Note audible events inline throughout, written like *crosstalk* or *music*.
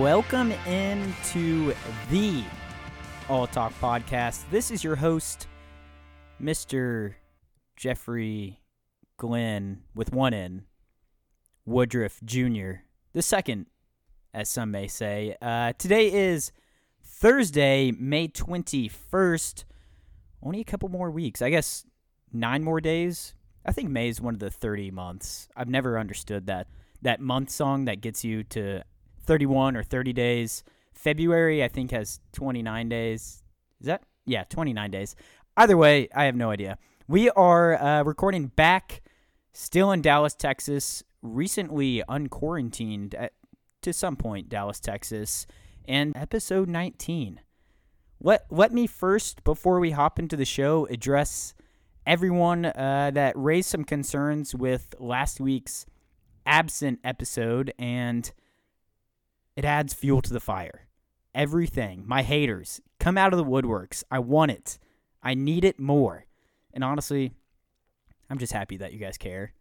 Welcome into the All Talk Podcast. This is your host, Mr. Jeffrey Glenn, with one N, Woodruff Jr., the second, as some may say. Uh, today is Thursday, May 21st. Only a couple more weeks. I guess nine more days. I think May is one of the 30 months. I've never understood that. That month song that gets you to 31 or 30 days. February, I think, has 29 days. Is that? Yeah, 29 days. Either way, I have no idea. We are uh, recording back, still in Dallas, Texas, recently unquarantined at, to some point, Dallas, Texas, and episode 19. Let, let me first, before we hop into the show, address everyone uh, that raised some concerns with last week's absent episode and it adds fuel to the fire. Everything. My haters, come out of the woodworks. I want it. I need it more. And honestly, I'm just happy that you guys care.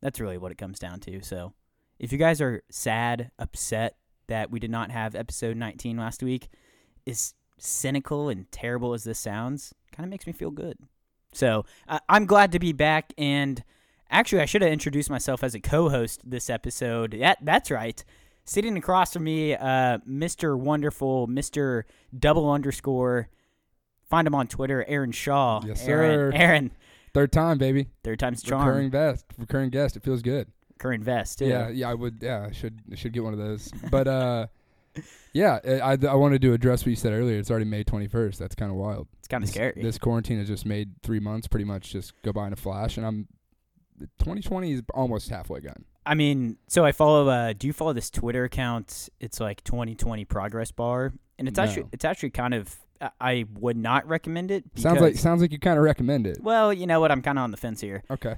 That's really what it comes down to. So, if you guys are sad, upset that we did not have episode 19 last week, as cynical and terrible as this sounds, kind of makes me feel good. So, uh, I'm glad to be back and actually I should have introduced myself as a co-host this episode. Yeah, that's right sitting across from me, uh, Mr. Wonderful, Mr. Double Underscore. Find him on Twitter, Aaron Shaw. Yes, Aaron, sir. Aaron, Third time, baby. third time's a charm. Recurring Current guest. Recurring guest. It feels good. vest, too. Yeah, yeah. I would. Yeah, I should I should get one of those. But uh, *laughs* yeah, I, I- I wanted to address what you said earlier. It's already May twenty first. That's kind of wild. It's kind of This- scary. This, quarantine has just made three months pretty much just go by in a flash, and I'm. 2020 is almost halfway gone. I mean, so I follow. Uh, do you follow this Twitter account? It's like 2020 Progress Bar, and it's No. actually it's actually kind of. I- I would not recommend it. Sounds like because- sounds like you kind of recommend it. Well, you know what? I'm kind of on the fence here. Okay.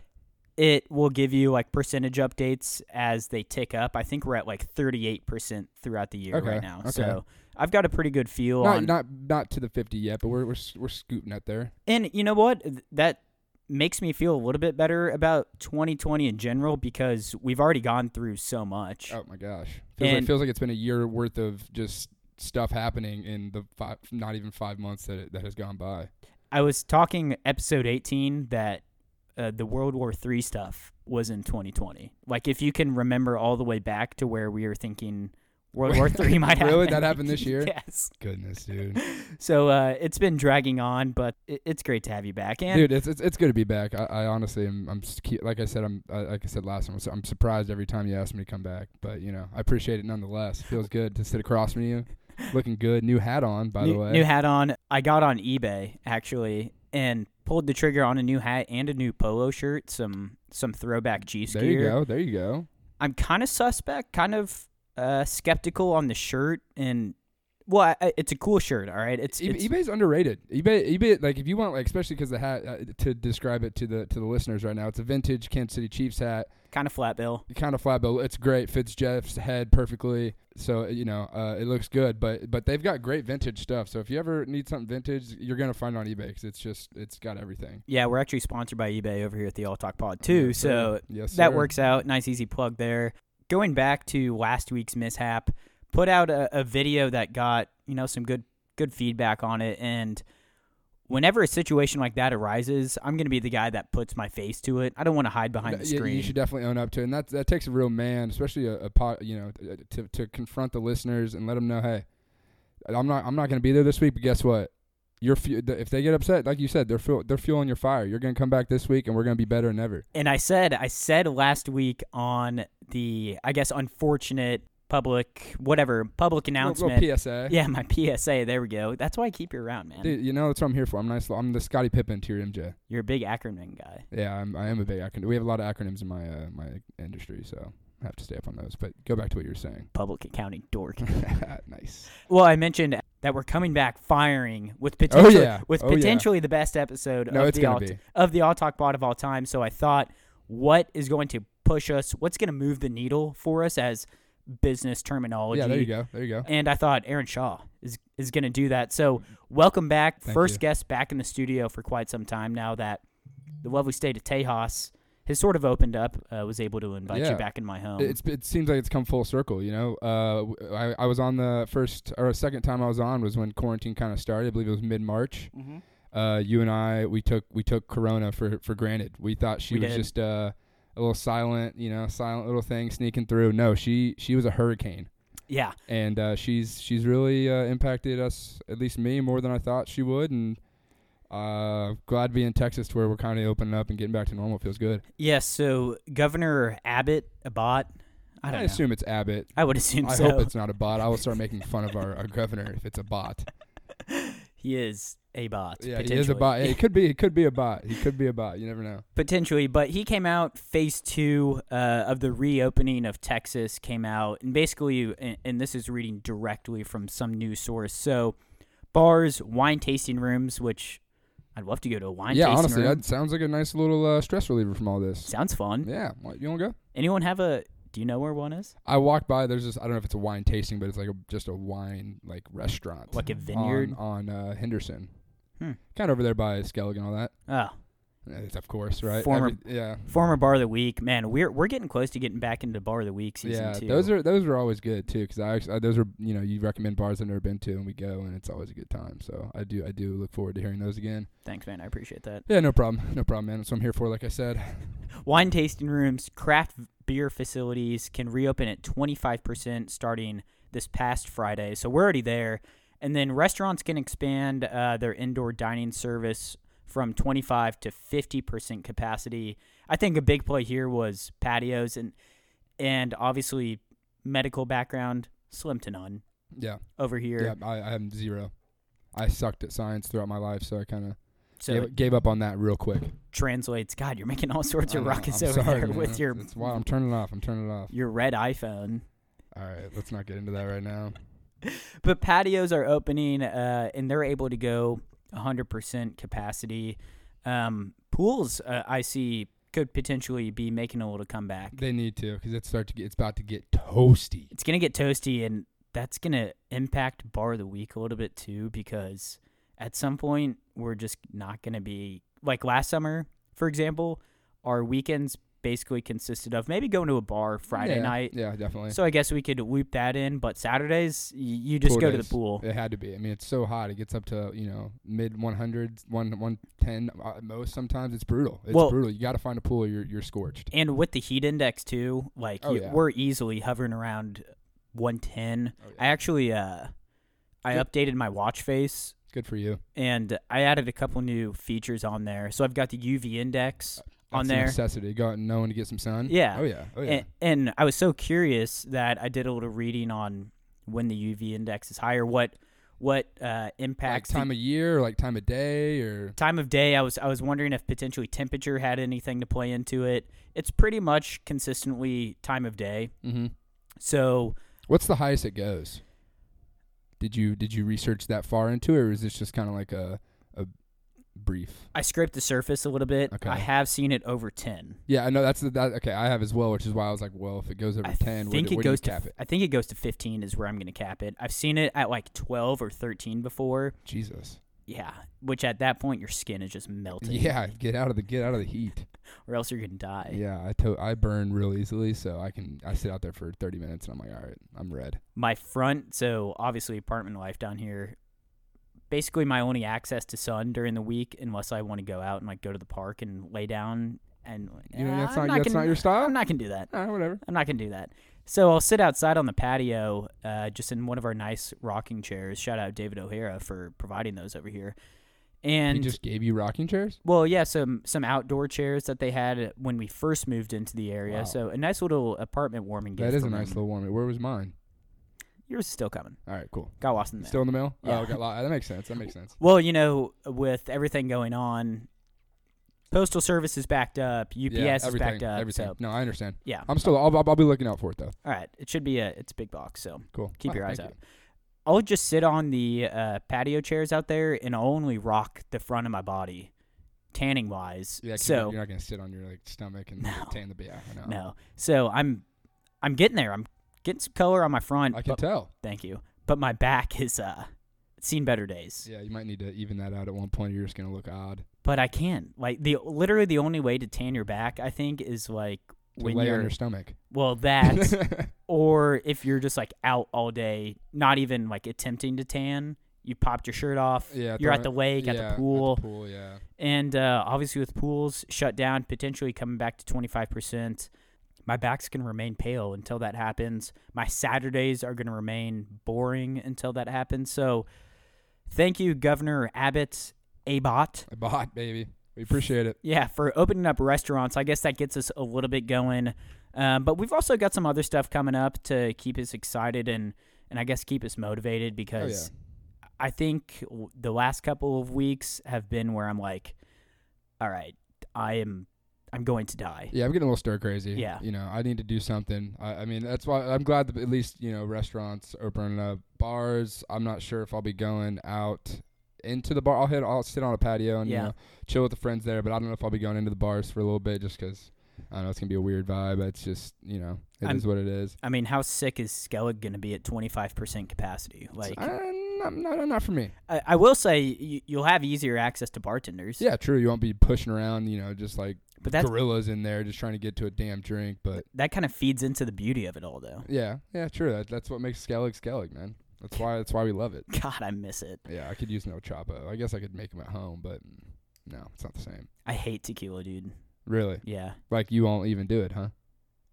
it will give you like percentage updates as they tick up. I think we're at like 38% throughout the year Okay, right now. okay. So I've got a pretty good feel Not on not not to the 50 yet, but we're we're s- we're scooting up there. And you know what? Th- That makes me feel a little bit better about 2020 in general because we've already gone through so much. Oh my gosh. Feels like, And- feels like it's been a year worth of just stuff happening in the five, not even five months that it, that has gone by. I was talking episode 18 that uh, the World War III stuff was in 2020. Like if you can remember all the way back to where we were thinking World War *laughs* III might happen. Really? That happened this year? *laughs* yes. Goodness, dude. So uh, it's been dragging on, but it, it's great to have you back. And dude, it's, it's it's good to be back. I, I honestly am. I'm s- keep- like I said. I'm I, like I said last time. I'm, su- I'm surprised every time you ask me to come back, but you know I appreciate it nonetheless. Feels good to sit across from you, looking good. New hat on, by new, the way. new hat on. I got on eBay actually and pulled the trigger on a new hat and a new polo shirt, some some throwback Chiefs there gear. you go. There you go. I'm kind of suspect, kind of uh, skeptical on the shirt, and well, I- I, it's a cool shirt. All right, it's, E- it's eBay's underrated. E eBay, eBay, like if you want, like especially because the hat. Uh, to describe it to the to the listeners right now, it's a vintage Kansas City Chiefs hat. kind of flat bill. kind of flat, but it's great. Fits Jeff's head perfectly, so you know uh, it looks good. But but they've got great vintage stuff. So if you ever need something vintage, you're gonna find it on eBay 'cause it's just it's got everything. Yeah, we're actually sponsored by eBay over here at the All Talk Pod too. Yes, so sir. yes, that sir. works out. Nice easy plug there. Going back to last week's mishap, put out a, a video that got you know some good good feedback on it, and whenever a situation like that arises, I'm gonna be the guy that puts my face to it. I don't want to hide behind Th- the you- screen. You should definitely own up to it, and that that takes a real man, especially a, a pot, you know, t- to to confront the listeners and let them know, hey, I'm not I'm not going to be there this week, but guess what? You're fu- th- if they get upset, like you said, they're fuel they're fueling your fire. You're going to come back this week, and we're going to be better than ever. and I said I said last week on the I guess unfortunate public whatever public Real- announcement. real PSA. yeah, my *laughs* PSA. There we go. That's why I keep you around, man. Dude, you know that's what I'm here for. I'm nice. I'm the Scotty Pippen to your MJ. You're a big acronym guy. Yeah, I'm, I am a big acronym. We have a lot of acronyms in my uh, my industry, so I have to stay up on those. But go back to what you were *laughs* saying. *laughs* Public accounting dork. nice. Well, I mentioned that we're coming back firing with potentially yeah. with Oh, yeah. potentially the best episode No, of it's the gonna all, be. of the All Talk Pod of all time. So I thought, what is going to push us? What's going to move the needle for us as business terminology? Yeah, there you go. There you go. And I thought Aaron Shaw is is going to do that. So welcome back, Thank first you. guest back in the studio for quite some time now that the lovely state of Tejas has sort of opened up. Uh, was able to invite Yeah. you back in my home. It's it seems like it's come full circle, you know. Uh, w- I, I was on the first or second time I was on was when quarantine kind of started. I believe it was mid March. mm-hmm. Uh, you and I we took we took Corona for for granted. We thought she We was did. just uh, a little silent, you know, silent little thing sneaking through. No, she she was a hurricane, Yeah, and uh, she's she's really uh, impacted us, at least me, more than I thought she would, and. Uh, glad to be in Texas to where we're kind of opening up and getting back to normal. Feels good. Yes, so Governor Abbott, Abbott, I don't know. assume it's Abbott. I would assume I so. hope it's not a bot. I will start making fun of our, our governor if it's *laughs* a bot. he is a bot. Yeah, he potentially. is a bot. It could be. It could be a bot. He could be a bot. You never know. potentially, but he came out phase two uh, of the reopening of Texas came out, and basically, and, and this is reading directly from some news source. So, bars, wine tasting rooms, which I'd love to go to a wine yeah, tasting honestly, room. that sounds like a nice little uh, stress reliever from all this. Sounds fun. Yeah, what, you want to go? Anyone have a? Do you know where one is? I walked by. There's this. I don't know if it's a wine tasting, but it's like a, just a wine like restaurant. Like a on- vineyard? on, uh, Henderson. Hmm. Kind of over there by Skellig and all that. Oh, Yeah, It's of course right. Former- Every- yeah, former bar of the week. Man, we're we're getting close to getting back into bar of the week season yeah. two. Those are those are always good too, because I, actually- those are you know you recommend bars I've never been to, and we go, and it's always a good time. So I do I do look forward to hearing those again. Thanks, man. I appreciate that. Yeah, no problem. No problem, man. That's what I'm here for, like I said. Wine tasting rooms, craft beer facilities can reopen at 25% starting this past Friday. So we're already there. And then restaurants can expand uh, their indoor dining service from 25 to 50% capacity. I think a big play here was patios and and obviously medical background slim to none Yeah. over here. Yeah, I, I am zero. I sucked at science throughout my life, so I kind of So gave, gave up on that real quick. translates. God, you're making all sorts I of know, ruckus *laughs* I'm over sorry, there man. with your That's why I'm turning it off. I'm turning it off. your red iPhone. All right, let's not get into that right now. But patios are opening, uh, and they're able to go 100% capacity. Um, pools, uh, I see, could potentially be making a little comeback. They need to because it's start to get, it's about to get toasty. It's gonna get toasty, and that's gonna impact bar of the week a little bit too, because at some point we're just not gonna be like last summer, for example. Our weekends basically consisted of maybe going to a bar Friday Yeah, night, Yeah, definitely. So I guess we could loop that in, but Saturdays y- you just Pool go to days. the pool. It had to be. I mean, it's so hot. It gets up to you know mid 100s, one 110 at most. Sometimes it's brutal. It's Well- brutal. You got to find a pool. Or you're you're scorched. And with the heat index too, like Oh, you- yeah. we're easily hovering around 110. Oh, yeah. I actually uh I Good. updated my watch face Good for you. and I added a couple new features on there. So I've got the UV index On That's a there. necessity. Go out and know when to get some sun. Yeah. Oh yeah. Oh yeah. and, and I was so curious that I did a little reading on when the UV index is higher, what what uh like impacts the- time of year or like time of day or time of day i was i was wondering if potentially temperature had anything to play into it it's pretty much consistently time of day so mm-hmm. what's the highest it goes did you did you research that far into it or is this just kind of like a a brief i scraped the surface a little bit Okay. i have seen it over 10 yeah i know that's the that okay i have as well which is why i was like well if it goes over i 10 where think do- it where goes do to you cap it i think it goes to 15 is where i'm going to cap it i've seen it at like 12 or 13 before jesus yeah which at that point your skin is just melting yeah get out of the get out of the heat or else you're going to die yeah i to- i burn real easily so i can i sit out there for 30 minutes and i'm like all right i'm red my front so obviously apartment life down here basically my only access to sun during the week unless i want to go out and like go to the park and lay down and you know Yeah, that's I'm not, that's gonna- not your style i'm not gonna do that all right whatever i'm not gonna do that so i'll sit outside on the patio uh, just in one of our nice rocking chairs shout out david o'hara for providing those over here and he just gave you rocking chairs well, yeah, some some outdoor chairs that they had when we first moved into the area. Wow. So a nice little apartment warming gift. that is a from nice them. little warm where was mine Yours is still coming. all right cool Got lost in there. Still in the mail? Yeah. Oh, got lot. That makes sense. That makes sense. Well, you know, with everything going on, postal service is backed up, UPS yeah, is everything, backed up. Everything. Um, So No, I understand. yeah, I'm still. I'll, I'll, I'll be looking out for it though. all right, it should be a it's a big box. So Cool. keep Ah, your eyes thank out. I'll just sit on the uh, patio chairs out there and I'll only rock the front of my body, tanning wise. you. Yeah, 'cause you're uh, so not- you're not gonna sit on your like stomach and No. tan the beer. I know. no, so I'm I'm getting there. I'm getting some color on my front. I can but- tell. thank you, but my back *laughs* is uh seen better days. Yeah, you might need to even that out at one point. Or you're just gonna look odd. But I can't. Like the literally the only way to tan your back, I think, is like To when lay you're on your stomach. well *laughs* that *laughs* or if you're just like out all day, not even like attempting to tan. You popped your shirt off. Yeah, I you're thought- at the lake, yeah, at the pool, pool, yeah. and uh, obviously with pools shut down, potentially coming back to 25%. My back's going to remain pale until that happens. My Saturdays are going to remain boring until that happens. So, thank you, Governor Abbott Abbott. I bought, baby. We appreciate it. Yeah, for opening up restaurants. I guess that gets us a little bit going. Um, but we've also got some other stuff coming up to keep us excited and, and I guess keep us motivated Oh because yeah. I think w- the last couple of weeks have been where I'm like, all right, I am, I'm going to die. Yeah, I'm getting a little stir crazy. Yeah. You know, I need to do something. I, I mean, that's why I'm glad that at least, you know, restaurants opening up. Bars, I'm not sure if I'll be going out into the bar. I'll hit, I'll sit on a patio and, Yeah. you know, chill with the friends there, but I don't know if I'll be going into the bars for a little bit just because, I don't know, it's going to be a weird vibe. It's just, you know, it is I'm- what it is. I mean, how sick is Skellig going to be at 25% capacity? Like, I, Uh, not, not, not for me. I, I will say you, you'll have easier access to bartenders. Yeah, true. You won't be pushing around, you know, just like But that's, gorillas in there just trying to get to a damn drink. But that kind of feeds into the beauty of it all, though. yeah, yeah, true. That, that's what makes Skellig Skellig, man. That's why, that's why we love it. God, I miss it. Yeah, I could use no choppa. I guess I could make them at home, but no, it's not the same. I hate tequila, dude. Really? Yeah. Like you won't even do it, huh?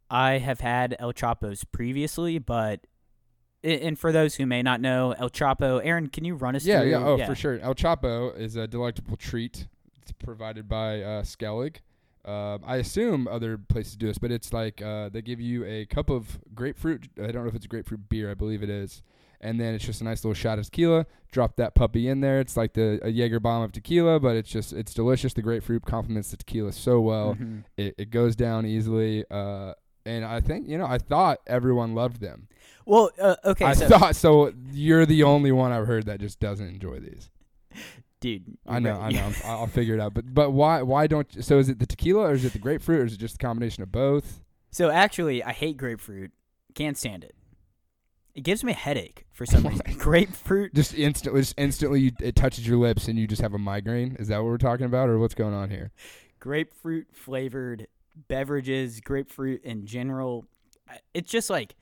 I have had El Chapo's previously, but a- and for those who may not know, El Chapo, Aaron, can you run us Yeah, through? yeah. Oh, for sure. El Chapo is a delectable treat. It's provided by uh, Skellig. Um I assume other places do this, but it's like uh, they give you a cup of grapefruit. I don't know if it's grapefruit beer. I believe it is. And then it's just a nice little shot of tequila. Drop that puppy in there. It's like the a Jaeger bomb of tequila, but it's just it's delicious. The grapefruit complements the tequila so well. Mhm. it, it goes down easily. Uh, and I think you know, I thought everyone loved them. Well, uh, okay, I so thought so. You're the only one I've heard that just doesn't enjoy these. dude, I you're know, I right. know. I'm- I'll figure it out. But but why why don't you, so is it the tequila or is it the grapefruit or is it just a combination of both? *laughs* So actually, I hate grapefruit. Can't stand it. It gives me a headache for *laughs* some Oh reason. grapefruit. Just instantly, just instantly, you, it touches your lips and you just have a migraine. Is that what we're talking about, or what's going on here? grapefruit flavored beverages, grapefruit in general. I- It's just like,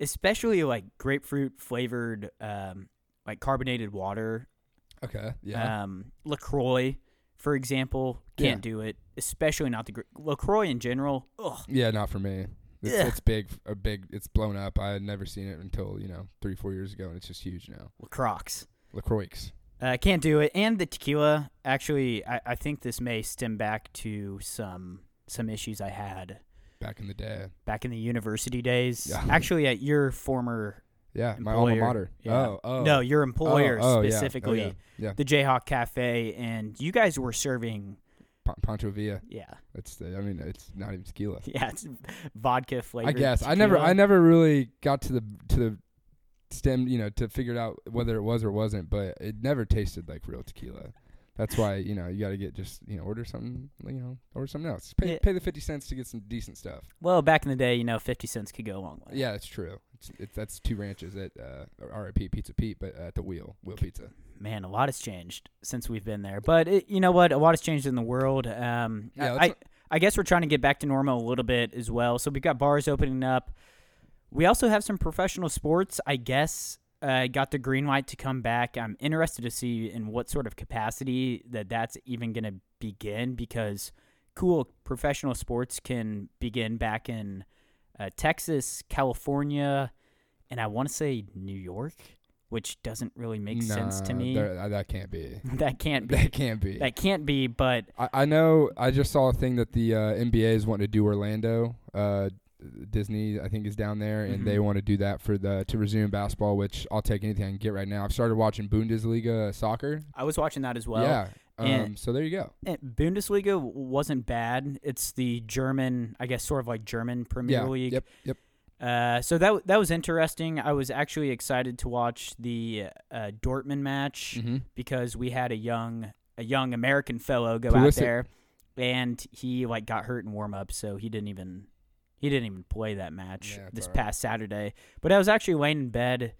especially like grapefruit flavored, um, like carbonated water, Okay, yeah, um, Lacroix, for example. Can't do it, especially not the gra- Lacroix in general. Ugh. yeah, not for me. It's, Ugh. it's big, a big. It's blown up. I had never seen it until you know three, four years ago, and it's just huge now. Lacroix. Lacroix. Uh, can't do it. And the tequila, actually, I, I think this may stem back to some some issues I had back in the day. back in the university days. Yeah. *laughs* Actually, at your former Yeah, my employer. alma mater. Yeah. Oh, oh. no, your Oh, employer oh, yeah. Oh, specifically, Yeah. yeah. the Jayhawk Cafe, and you guys were serving, Pa- Pancho Villa. yeah, *laughs* It's the, I mean, it's not even tequila. yeah, it's vodka I flavored. guess I never tequila. I never really got to the to the stem, you know, to figure it out whether it was or wasn't, but it never tasted like real tequila. That's why, you know, you got to get just, you know, order something, you know, order something else. Pay, Yeah. pay the 50 cents to get some decent stuff. Well, back in the day, you know, fifty cents could go a long way. Yeah, that's true. It's, it's that's two ranches at uh, RIP Pizza Pete, but at the Wheel, Wheel Pizza. man, a lot has changed since we've been there. But it, you know what? A lot has changed in the world. Um, Yeah, I, let's I, I guess we're trying to get back to normal a little bit as well. So we've got bars opening up. We also have some professional sports. I guess uh, got the green light to come back. I'm interested to see in what sort of capacity that that's even going to begin because cool professional sports can begin back in uh, Texas, California, and I want to say New York, which doesn't really make sense to Nah, me. there- uh, that can't be. *laughs* *laughs* That can't be. That can't be. That can't be. But I, I know. I just saw a thing that the uh, NBA is wanting to do Orlando. Uh, Disney, I think, is down there, and they Mhm. want to do that for the to resume basketball. Which I'll take anything I can get right now. I've started watching Bundesliga soccer. I was watching that as well. yeah. Um, and- so there you go. Eh, Bundesliga w- wasn't bad. It's the German, I guess, sort of like German Premier yeah. League. Yep. Yep. Uh, so that w- that was interesting. I was actually excited to watch the uh, Dortmund match hmm because we had a young a young American fellow go out Pulisic. there, and he like got hurt in warm up, so he didn't even he didn't even play that match Yeah, it's this all right. past Saturday. But I was actually laying in bed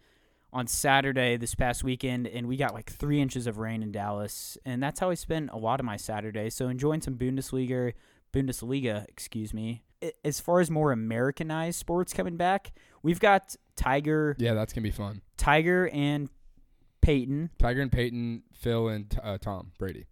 on Saturday this past weekend, and we got like three inches of rain in Dallas, and that's how I spent a lot of my Saturday. So enjoying some Bundesliga, Bundesliga, excuse me. A- As far as more Americanized sports coming back, we've got Tiger, Yeah, that's gonna be fun. Tiger and Peyton. Tiger and Peyton, Phil and uh, Tom Brady.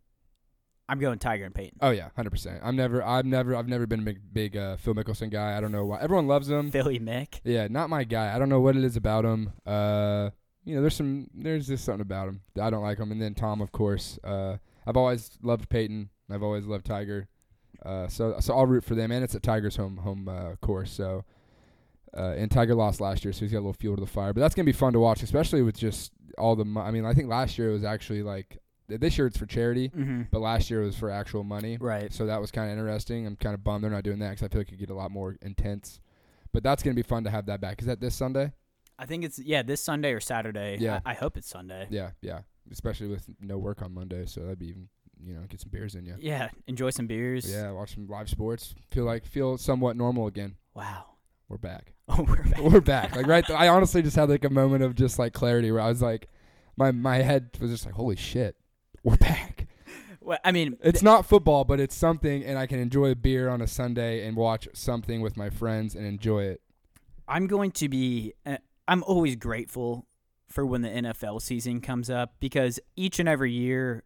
I'm going Tiger and Peyton. Oh yeah, hundred percent. I'm never, I've never, I've never been a big, big uh, Phil Mickelson guy. I don't know why. Everyone loves *laughs* him. Philly Mick. Yeah, not my guy. I don't know what it is about him. Uh, you know, there's some, there's just something about him. that I don't like him. And then Tom, of course. Uh, I've always loved Peyton. I've always loved Tiger. Uh, so, so I'll root for them. And it's at Tiger's home, home uh, course. So, uh, and Tiger lost last year, so he's got a little fuel to the fire. But that's gonna be fun to watch, especially with just all the. Mo- I mean, I think last year it was actually like this year it's for charity, Mm-hmm. but last year it was for actual money. Right. So that was kind of interesting. I'm kind of bummed they're not doing that because I feel like it could get a lot more intense. But that's going to be fun to have that back. Is that this Sunday? I think it's yeah this Sunday or Saturday. Yeah. I, I hope it's Sunday. Yeah, yeah. Especially with no work on Monday, so that'd be even you know get some beers in you. Yeah. Enjoy some beers. Yeah, watch some live sports. Feel like feel somewhat normal again. Wow. *laughs* We're back. *laughs* Oh, we're back. We're back. Like right. Th- I honestly just had like a moment of just like clarity where I was like, my my head was just like, holy shit, we're back. *laughs* Well, I mean, It's not football, but it's something, and I can enjoy a beer on a Sunday and watch something with my friends and enjoy it. I'm going to be. Uh, I'm always grateful for when the NFL season comes up because each and every year,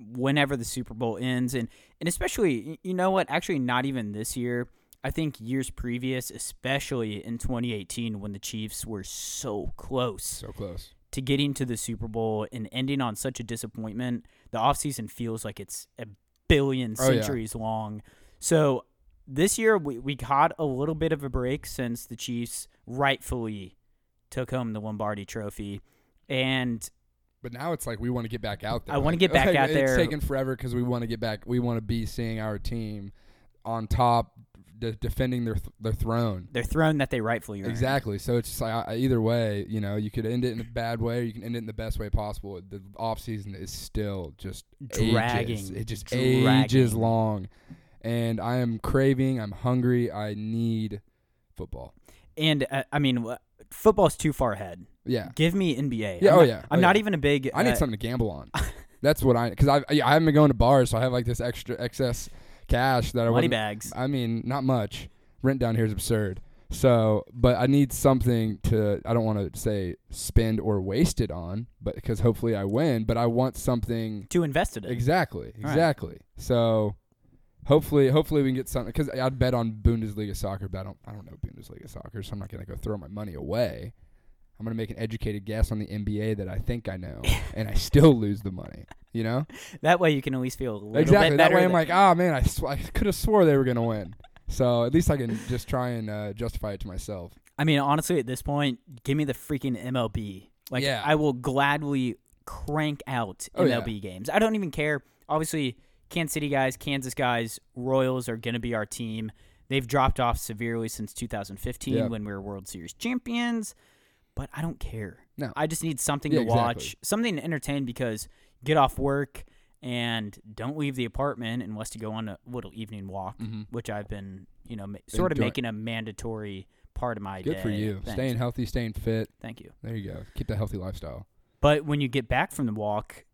whenever the Super Bowl ends, and and especially, y- you know what? Actually, not even this year. I think years previous, especially in 2018, when the Chiefs were so close So close. to getting to the Super Bowl and ending on such a disappointment, the offseason feels like it's a billion Oh, yeah. centuries long. So this year we, we caught a little bit of a break since the Chiefs rightfully took home the Lombardi trophy. And But now it's like we want to get back out there. I wanna *laughs* Like- get back like, out there. It's taken forever because we want to get back. We want to be seeing our team on top, de- defending their th- their throne. their throne that they rightfully earned. Exactly. So it's just like I, I- either way, you know, you could end it in a bad way, or you can end it in the best way possible. The off season is still just Dragging. Ages. It just Dragging. ages long, and I am craving. I'm hungry. I need football. And uh, I mean, wh- football's too far ahead. Yeah. Give me NBA. Yeah, I'm oh not- yeah, I'm oh not yeah. even a big. I need uh, something to gamble on. That's what I because I I haven't been going to bars, so I have like this extra excess cash that I money wasn't- bags. I mean, not much. Rent down here is absurd. So, but I need something to. I don't want to say spend or waste it on, but because hopefully I win. But I want something To invest it in. exactly, right. exactly. So, hopefully, hopefully we can get something. Because I'd bet on Bundesliga soccer, but I don't. I don't know Bundesliga soccer, so I'm not gonna go throw my money away. I'm gonna make an educated guess on the NBA that I think *laughs* I know, and I still lose the money. You know That way you can at least feel a little exactly. bit That better. way, I'm than- like, ah, man, I, sw- I could have swore they were gonna win. So at least I can just try and uh, justify it to myself. I mean, honestly, at this point, give me the freaking MLB. Like, Yeah. I will gladly crank out Oh, yeah. MLB games. I don't even care. Obviously, Kansas City guys, Kansas guys, Royals are going to be our team. They've dropped off severely since 2015 Yeah. when we were World Series champions, but I don't care. No. I just need something Yeah, to exactly. watch, something to entertain because get off work and don't leave the apartment unless you go on a little evening walk, Mhm. which I've been, you know, ma- sort of Enjoy- making a mandatory part of my Good for day. you, Thanks. staying healthy, staying fit. Thank you. There you go. Keep that healthy lifestyle. But when you get back from the walk,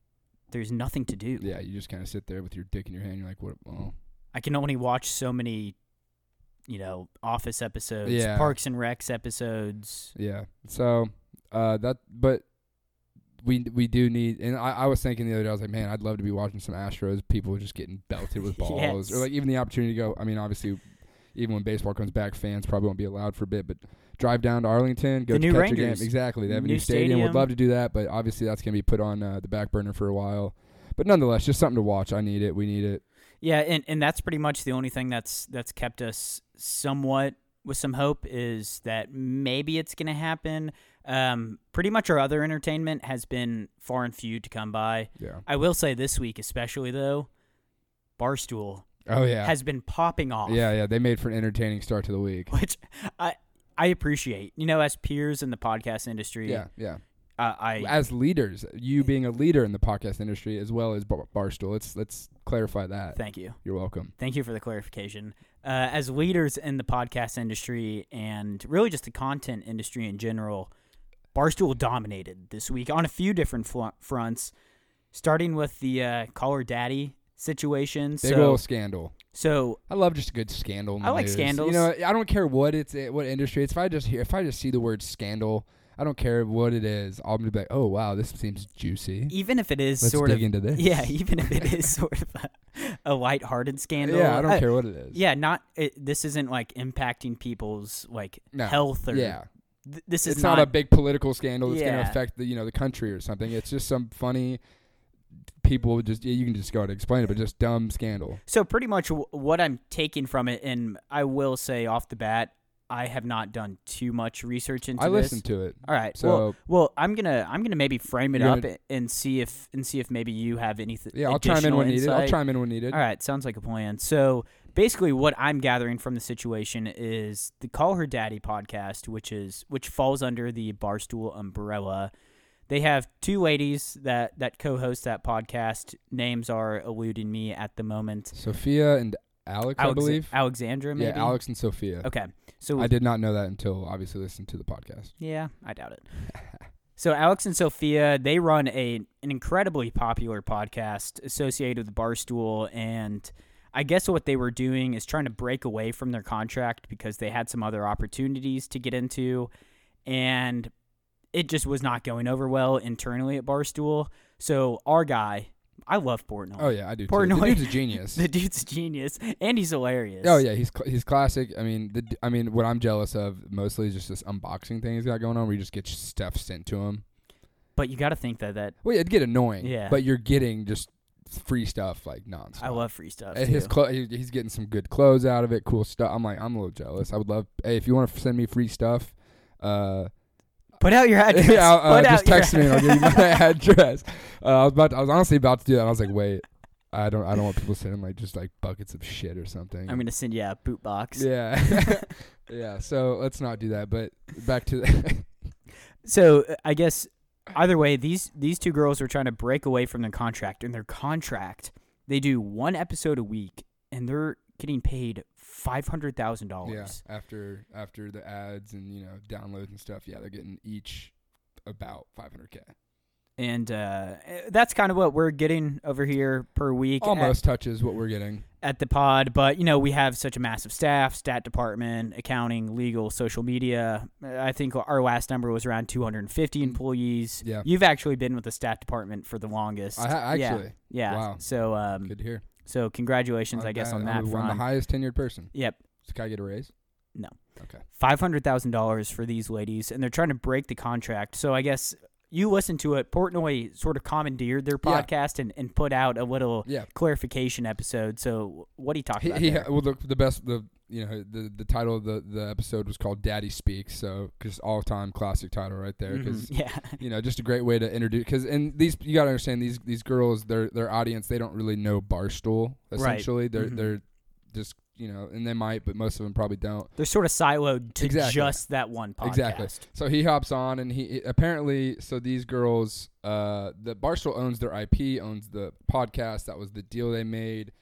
there's nothing to do. Yeah, you just kind of sit there with your dick in your hand. You're like, what? Well, I can only watch so many, you know, Office episodes, Yeah. Parks and Recs episodes. yeah. So uh, that, but we we do need. And I, I was thinking the other day, I was like, man, I'd love to be watching some Astros. People just getting belted with balls, *laughs* or Yes. like even the opportunity to go. I mean, obviously. Even when baseball comes back, fans probably won't be allowed for a bit. But drive down to Arlington, go The to new catch a Rangers. game. Exactly, they have a new, New stadium. Would stadium. love to do that, but obviously that's going to be put on uh, the back burner for a while. But nonetheless, just something to watch. I need it. We need it. Yeah, and, and that's pretty much the only thing that's that's kept us somewhat with some hope is that maybe it's going to happen. Um, pretty much our other entertainment has been far and few to come by. Yeah. I will say this week, especially though, Barstool Oh yeah. has been popping off. yeah, yeah. They made for an entertaining start to the *laughs* week. which I I appreciate. You know, as peers in the podcast industry, Yeah, yeah. uh, I As leaders, you being a leader in the podcast industry as well as Bar- Barstool. Let's let's clarify that. thank you, You're welcome. thank you for the clarification. Uh, as leaders in the podcast industry and really just the content industry in general, Barstool dominated this week on a few different fl- fronts, starting with the uh, caller daddy situation. Big so, old scandal. so I love just a good scandal. in the I like news. scandals. You know, I don't care what it's eh, what industry. It's if I just hear if I just see the word scandal, I don't care what it is. I'll be like, oh wow, this seems juicy. even if it is Let's sort dig of into this. *laughs* yeah, even if it is sort of a, a lighthearted scandal. yeah. I don't care what it is. Yeah, not it, this isn't like impacting people's like No. health or yeah. th- this is It's not, a big political scandal that's going Yeah. to affect the you know the country or something. It's just some funny people. Just yeah, you can just go ahead and explain it, but just dumb scandal. So pretty much w- what I'm taking from it, and I will say off the bat, I have not done too much research into I this. listened to it. All right. So well, well, I'm gonna I'm gonna maybe frame it You're up gonna- a- and see if and see if maybe you have anything. yeah, I'll chime in when needed. I'll chime in when needed. All right, sounds like a plan. So basically, what I'm gathering from the situation is the Call Her Daddy podcast, which is which falls under the Barstool umbrella. They have two ladies that that co-host that podcast. Names are eluding me at the moment. Sophia and Alex, I Alex- believe. Alexandra, maybe. yeah, Alex and Sophia. Okay, so I did not know that until obviously listening to the podcast. Yeah, I doubt it. *laughs* so Alex and Sophia, they run a an incredibly popular podcast associated with Barstool and I guess what they were doing is trying to break away from their contract because they had some other opportunities to get into and it just was not going over well internally at Barstool. So our guy, I love Portnoy. *laughs* Oh yeah, I do. Too. Portnoy. The dude's a genius. The dude's a genius and he's hilarious. oh yeah, he's cl- he's classic. I mean, the, d- I mean, what I'm jealous of mostly is just this unboxing thing he's got going on, where you just get stuff sent to him. But you got to think that that Well, yeah, it'd get annoying. Yeah. But you're getting just free stuff like nonstop. I love free stuff. And his too. clo- he- he's getting some good clothes out of it, cool stuff. I'm like, I'm a little jealous. I would love hey, if you want to send me free stuff. Uh, Put out your *laughs* address. yeah, I'll, uh, Put just out your text me and I'll *laughs* give you my *laughs* address. Uh, I was about, to- I was honestly about to do that. I was like, wait, I don't, I don't want people sending like just like buckets of shit or something. I'm *laughs* gonna send you a boot box. yeah, *laughs* yeah. So let's not do that. But back to the *laughs* So uh, I guess either way, these these two girls were trying to break away from their contract, and their contract they do one episode a week, and they're getting paid five hundred thousand yeah dollars. after after the ads and you know downloads and stuff. Yeah, they're getting each about 500k, And uh, eh, that's kind of what we're getting over here per week. at- almost touches what we're getting. at the pod, but you know we have such a massive staff, stat department, accounting, legal, social media. Uh, I think our last number was around 250 employees. Mm. Yeah. you've actually been with the stat department for the longest. I ha- Yeah, actually yeah. Wow. So, um, good to hear. Uh, so congratulations, I guess, on that I'm the- I'm front. the highest tenured person. yep, So can I get a raise? five hundred thousand dollars for these ladies, and they're trying to break the contract. So I guess you listen to it. Portnoy sort of commandeered their Yeah. podcast and, and put out a little Yeah. clarification episode. So what he *laughs* talked He, about? he there? well the, the best the you know the the title of the the episode was called Daddy Speaks, so just all time classic title right there Mhm. because yeah, *laughs* you know just a great way to introduce because and these you gotta understand these these girls their their audience they don't really know Barstool Right. essentially they're Mhm. they're just you know and they might but most of them probably don't they're sort of siloed to Exactly. just that one podcast. Exactly. So he hops on, and he he- apparently so these girls, uh, the Barstool owns their IP, owns the podcast. That was the deal they made.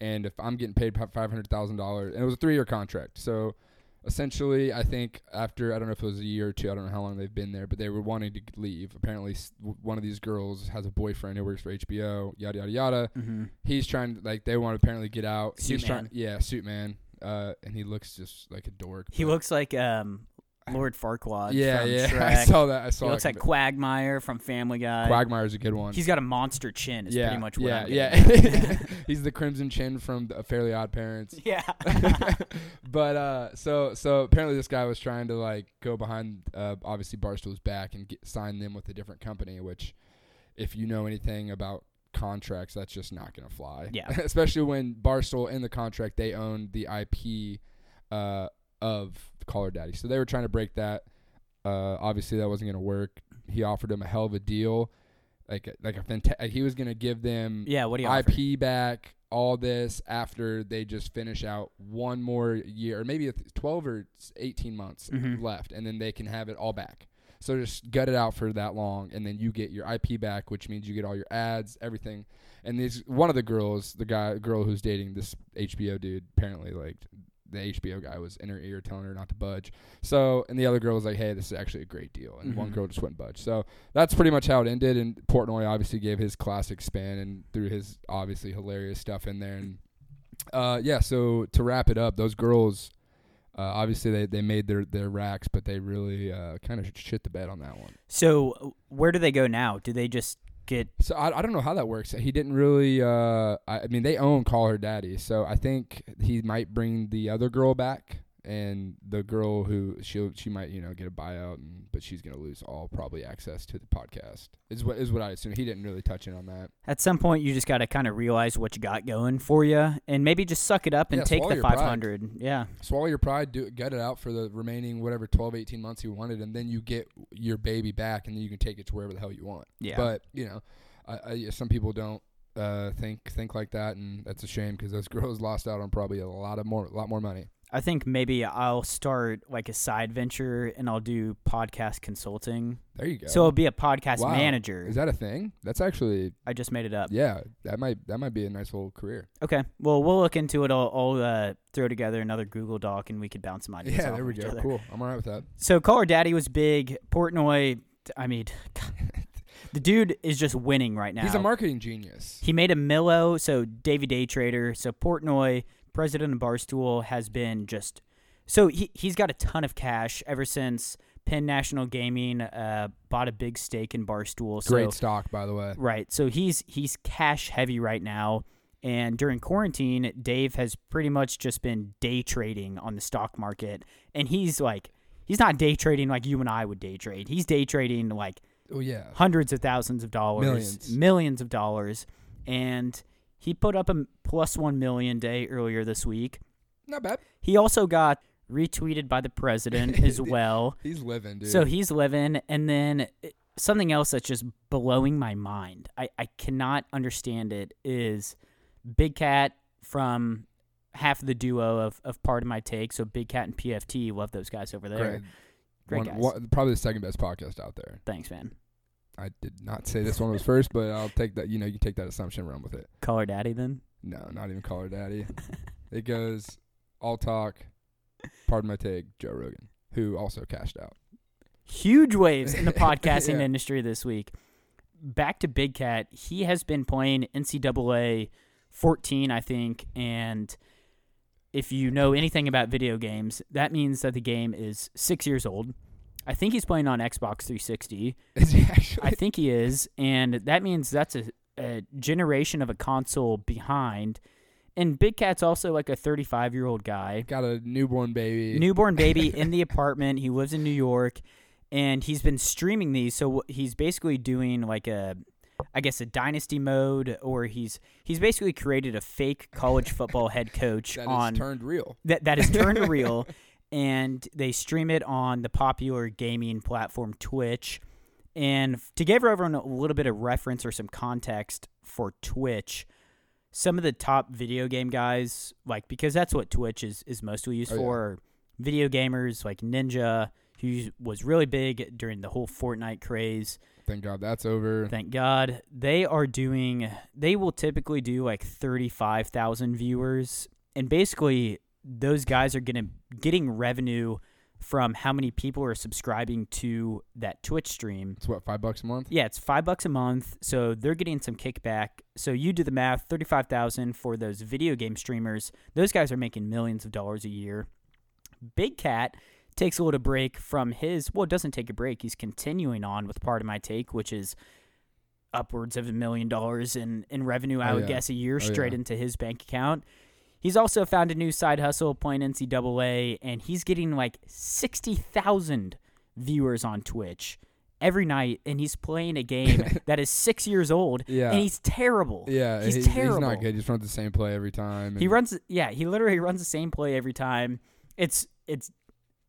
And if I'm getting paid five hundred thousand dollars, and it was a three year contract, so essentially, I think after I don't know if it was a year or two, I don't know how long they've been there, but they were wanting to leave. Apparently, s- w- one of these girls has a boyfriend who works for HBO. Yada yada yada. Mm-hmm. He's trying to like they want to apparently get out. Suit He's trying, man. yeah, suit man. Uh, and he looks just like a dork. He but- looks like um, Lord Farquaad. Yeah, from yeah. *laughs* I Shrek. saw that. I saw. he looks that like Quagmire from Family Guy. Quagmire's a good one. He's got a monster chin. Is pretty much what yeah, I'm getting yeah. *laughs* He's the Crimson Chin from the Fairly *laughs* Odd Parents. *laughs* at. *laughs* yeah. but uh, so so apparently this guy was trying to like go behind uh, obviously Barstool's back and get, sign them with a different company, which if you know anything about contracts, that's just not gonna fly. Yeah. *laughs* especially when Barstool in the contract they own the IP uh, of Caller Daddy, so they were trying to break that. Uh, obviously that wasn't gonna work. He offered them a hell of a deal, like a- like a fantastic. He was gonna give them yeah. What do you offer? IP back, all this after they just finish out one more year, or maybe a th- 12 or s- 18 months Mhm. left, and then they can have it all back. So just gut it out for that long, and then you get your IP back, which means you get all your ads, everything. And these one of the girls, the guy, girl who's dating this HBO dude, apparently like the HBO guy was in her ear telling her not to budge. So, and the other girl was like, "Hey, this is actually a great deal." And one Mhm. girl just wouldn't budge. So that's pretty much how it ended. And Portnoy obviously gave his classic spin and threw his obviously hilarious stuff in there. And uh, yeah, so to wrap it up, those girls. Uh, obviously, they, they made their, their racks, but they really uh, kind of shit the bed on that one. So uh, where do they go now? Do they just get So I, I don't know how that works. He didn't really. Uh, I, I mean, they own Call Her Daddy, so I think he might bring the other girl back, and the girl who she will she might you know get a buyout, and, but she's gonna lose all probably access to the podcast. Is what is what I assume. He didn't really touch in on that. at some point? You just got to kind of realize what you got going for you, and maybe just suck it up and Yeah, take swallow the your pride. five hundred. Yeah. Swallow your pride, do gut it out for the remaining whatever 12, 18 months you wanted, and then you get your baby back, and then you can take it to wherever the hell you want. Yeah. But you know, I, I, yeah, some people don't uh, think think like that, and that's a shame because those *laughs* girls lost out on probably a lot of more, a lot more money. I think maybe I'll start like a side venture and I'll do podcast consulting. There you go. So uh, I'll be a podcast Wow. manager. is that a thing? That's actually I just made it up. yeah. That might that might be a nice little career. Okay. Well, we'll look into it. I'll, I'll uh, throw together another Google Doc and we could bounce some *laughs* ideas. yeah, off there of we each go. other. Cool. I'm all right with that. So Caller Daddy was big. Portnoy, I mean, *laughs* the dude is just winning right now. He's a marketing genius. He made a Millo, so Davy Day Trader. So Portnoy, president of Barstool, has been just so he he's got a ton of cash ever since Penn National Gaming uh, bought a big stake in Barstool. So Great stock, by the way. right, so he's he's cash heavy right now. And during quarantine, Dave has pretty much just been day trading on the stock market, and he's like. He's not day trading like you and I would day trade. He's day trading like Oh yeah. hundreds of thousands of dollars, Millions. millions of dollars, and he put up a m- plus one million day earlier this week. Not bad. He also got retweeted by the president *laughs* as well, He's living, dude. so he's living. And then eh, something else that's just blowing my mind, I I cannot understand it is Big Cat from half the duo of of part of my take. So Big Cat and PFT, love those guys over there. Great. Great One- guys. one- probably the second best podcast out there. Thanks, man. I did not say this one was first, but I'll take that. You know, you take that assumption, and run with it. Call her daddy then. No, not even call *laughs* her daddy. it goes all talk. Pardon my take, Joe Rogan, who also cashed out. *laughs* huge waves in the podcasting Yeah. industry this week. Back to Big Cat, he has been playing NCAA 14, I think, and if you know anything about video games, that means that the game is six years old. I think he's playing on Xbox 360. Is he actually? I think he is, and that means that's a, a generation of a console behind. And Big Cat's also like a 35 year old guy got a newborn baby. newborn baby in the apartment. He lives in New York, and he's been streaming these. So wh- he's basically doing like a, I guess a dynasty mode, or he's he's basically created a fake college football head coach *laughs* *laughs* that is on turned real. that that is turned real, *laughs* and they stream it on the popular gaming platform Twitch. And f- to give everyone a little bit of reference or some context for Twitch, some of the top video game guys, like because that's what Twitch is is mostly used Oh, yeah. for, are video gamers like Ninja, who was really big during the whole Fortnite craze. Thank God that's over. Thank God. They are doing, they will typically do like 35,000 viewers. And basically, those guys are gonna, getting revenue from how many people are subscribing to that Twitch stream. It's what five bucks a month. Yeah, it's five bucks a month. So they're getting some kickback. So you do the math 35,000 for those video game streamers. Those guys are making millions of dollars a year. Big Cat takes a little break from his, well, it doesn't take a break. He's continuing on with part of my take, which is upwards of a million dollars in, in revenue, I Oh, would yeah. guess, a year Oh, straight yeah. into his bank account. He's also found a new side hustle playing NCAA, and he's getting like 60,000 viewers on Twitch every night, and he's playing a *laughs* game that is six years old, Yeah. and he's terrible. yeah, he's he- terrible. not good. He just runs the same play every time. He and runs, yeah, he literally runs the same play every time. It's it's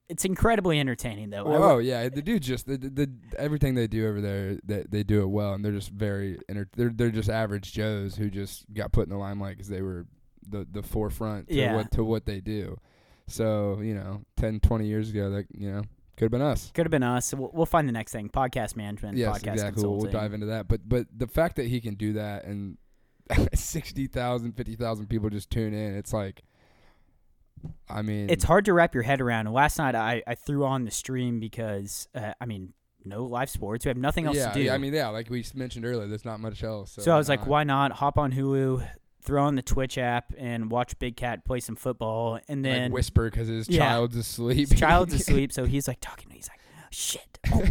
it's incredibly entertaining though. I Oh yeah, the dude just the, the, the everything they do over there, they, they do it well, and they're just very enter- they're they're just average Joes who just got put in the limelight because they were the the forefront to Yeah. what to what they do. So you know, 10, 20 years ago, that you know could have been us. Could have been us. We'll, we'll find the next thing. Podcast management. yes, podcast exactly. We'll- Consulting. We'll dive into that, but but the fact that he can do that *laughs* and 60,000, 50,000 people just tune in, it's like I mean, it's hard to wrap your head around. And last night I, I threw on the stream because uh, I mean no live sports. We have nothing else yeah, to do. yeah, I mean, yeah, like we s- mentioned earlier, there's not much else. So, so I was why like, not? why not hop on Hulu, throw on the Twitch app, and watch Big Cat play some football, and Like, then whisper because his Yeah. child's asleep. his *laughs* child's asleep, so he's like talking to me. He's like, shit, oh,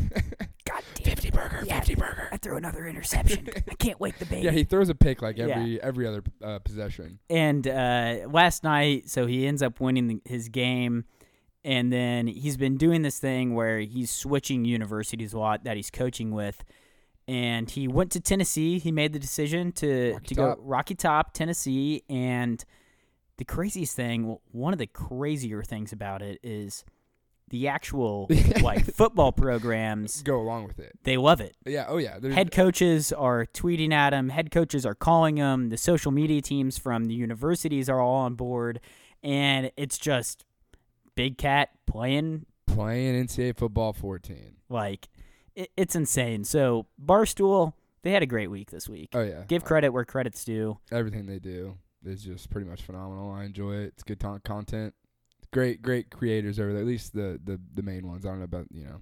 god damn, it. fifty burger, Yeah. fifty burger. I threw another *laughs* interception. I can't wake the baby. Yeah, he throws a pick like Yeah. every every other uh, possession. and uh, last night, so he ends up winning the, his game, and then he's been doing this thing where he's switching universities a lot that he's coaching with, and he went to Tennessee. He made the decision to Rocky to Top. go Rocky Top, Tennessee, and the craziest thing, well, one of the crazier things about it is the actual *laughs* *laughs* like football programs. Go along with it. They love it Yeah. Oh yeah. There's, head coaches are tweeting at him. Head coaches are calling him. The social media teams from the universities are all on board, and it's just Big Cat playing playing NCAA football 14. like it, it's insane. So Barstool, they had a great week this week. Oh yeah. Give Uh, credit where credit's due. everything they do is just pretty much phenomenal. I enjoy it. It's good ton- content. Great, great creators over there. At least the the the main ones. I don't know about you know.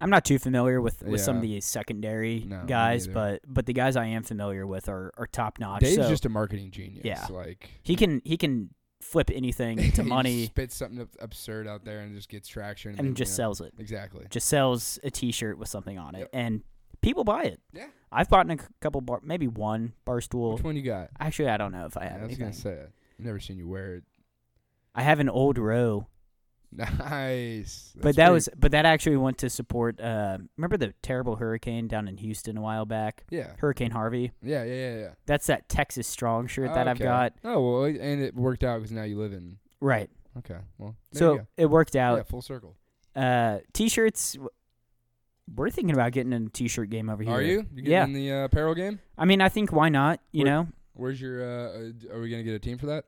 I'm not too familiar with, with some of Yeah. the secondary No, me guys, neither. but but the guys I am familiar with are, are top notch. Dave's So just a marketing genius. Yeah. Like *laughs* he can he can flip anything he to just money Spits something ab- absurd out there and just gets traction. and then, just you know, sells it. Exactly. just sells a T-shirt with something on it, Yep. and people buy it. Yeah. I've bought in a c- couple bar, maybe one bar stool. Which one you got? Actually, I don't know if I Yeah, have I was anything. gonna say. I've never seen you wear it. *laughs* I have an old row, Nice. but that That's pretty- was but that actually went to support. Uh, remember the terrible hurricane down in Houston a while back, Yeah. Hurricane Harvey. Yeah. Yeah. Yeah. Yeah. That's that Texas Strong shirt that I've Okay. got. Oh well, it- and it worked out because now you live in. Right. Okay. Well. there you So go. it worked yeah, out. full circle. Uh, t-shirts. w- We're thinking about getting in a t-shirt game over here. Are you? You getting Yeah. in the uh, apparel game? I mean, I think why not? You We're- know. Where's your? Uh, uh, d- are we gonna get a team for that?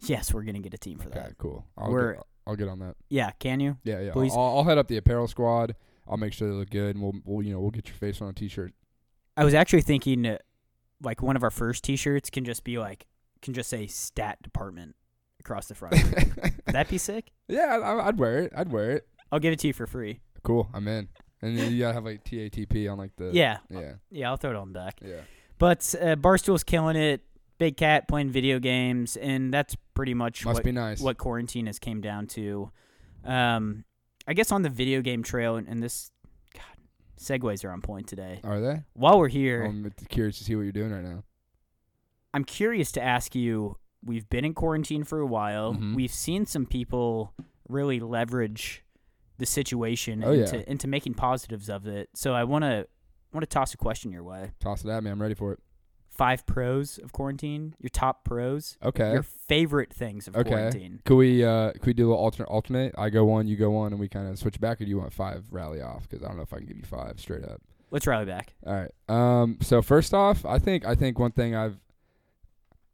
Yes, we're gonna get a team for Okay, that. cool. I'll We're- get, I'll get on that. Yeah, can you? Yeah, yeah. Please. I'll, I'll head up the apparel squad. I'll make sure they look good, and we'll, we'll you know we'll get your face on *laughs* a t-shirt. I was actually thinking, uh, like one of our first T-shirts can just be like can just say stat department across the front. *laughs* Would that be sick? yeah, I- I, I'd wear it. I'd wear it. I'll give it to you for free. Cool. I'm in. And then you gotta have like TATP on like the yeah, yeah yeah, I'll throw it on back. yeah. But uh, Barstool's killing it. Big Cat playing video games, and that's pretty much Must what be nice. what quarantine has came down to. Um, I guess on the video game trail, and, and this God segues are on point today. Are they? While we're here, I'm curious to see what you're doing right now. I'm curious to ask you. We've been in quarantine for a while. Mhm. We've seen some people really leverage the situation Oh, yeah. into into making positives of it. So I want to want to toss a question your way. Toss it at me. I'm ready for it. Five pros of quarantine. Your top pros. Okay. Your favorite things of Okay. quarantine. could we uh could we do a little alternate alternate? I go one, you go one, and we kind of switch back. Or do you want five rally off? Because I don't know if I can give you five straight up. Let's rally back. All right. Um. So first off, I think I think one thing I've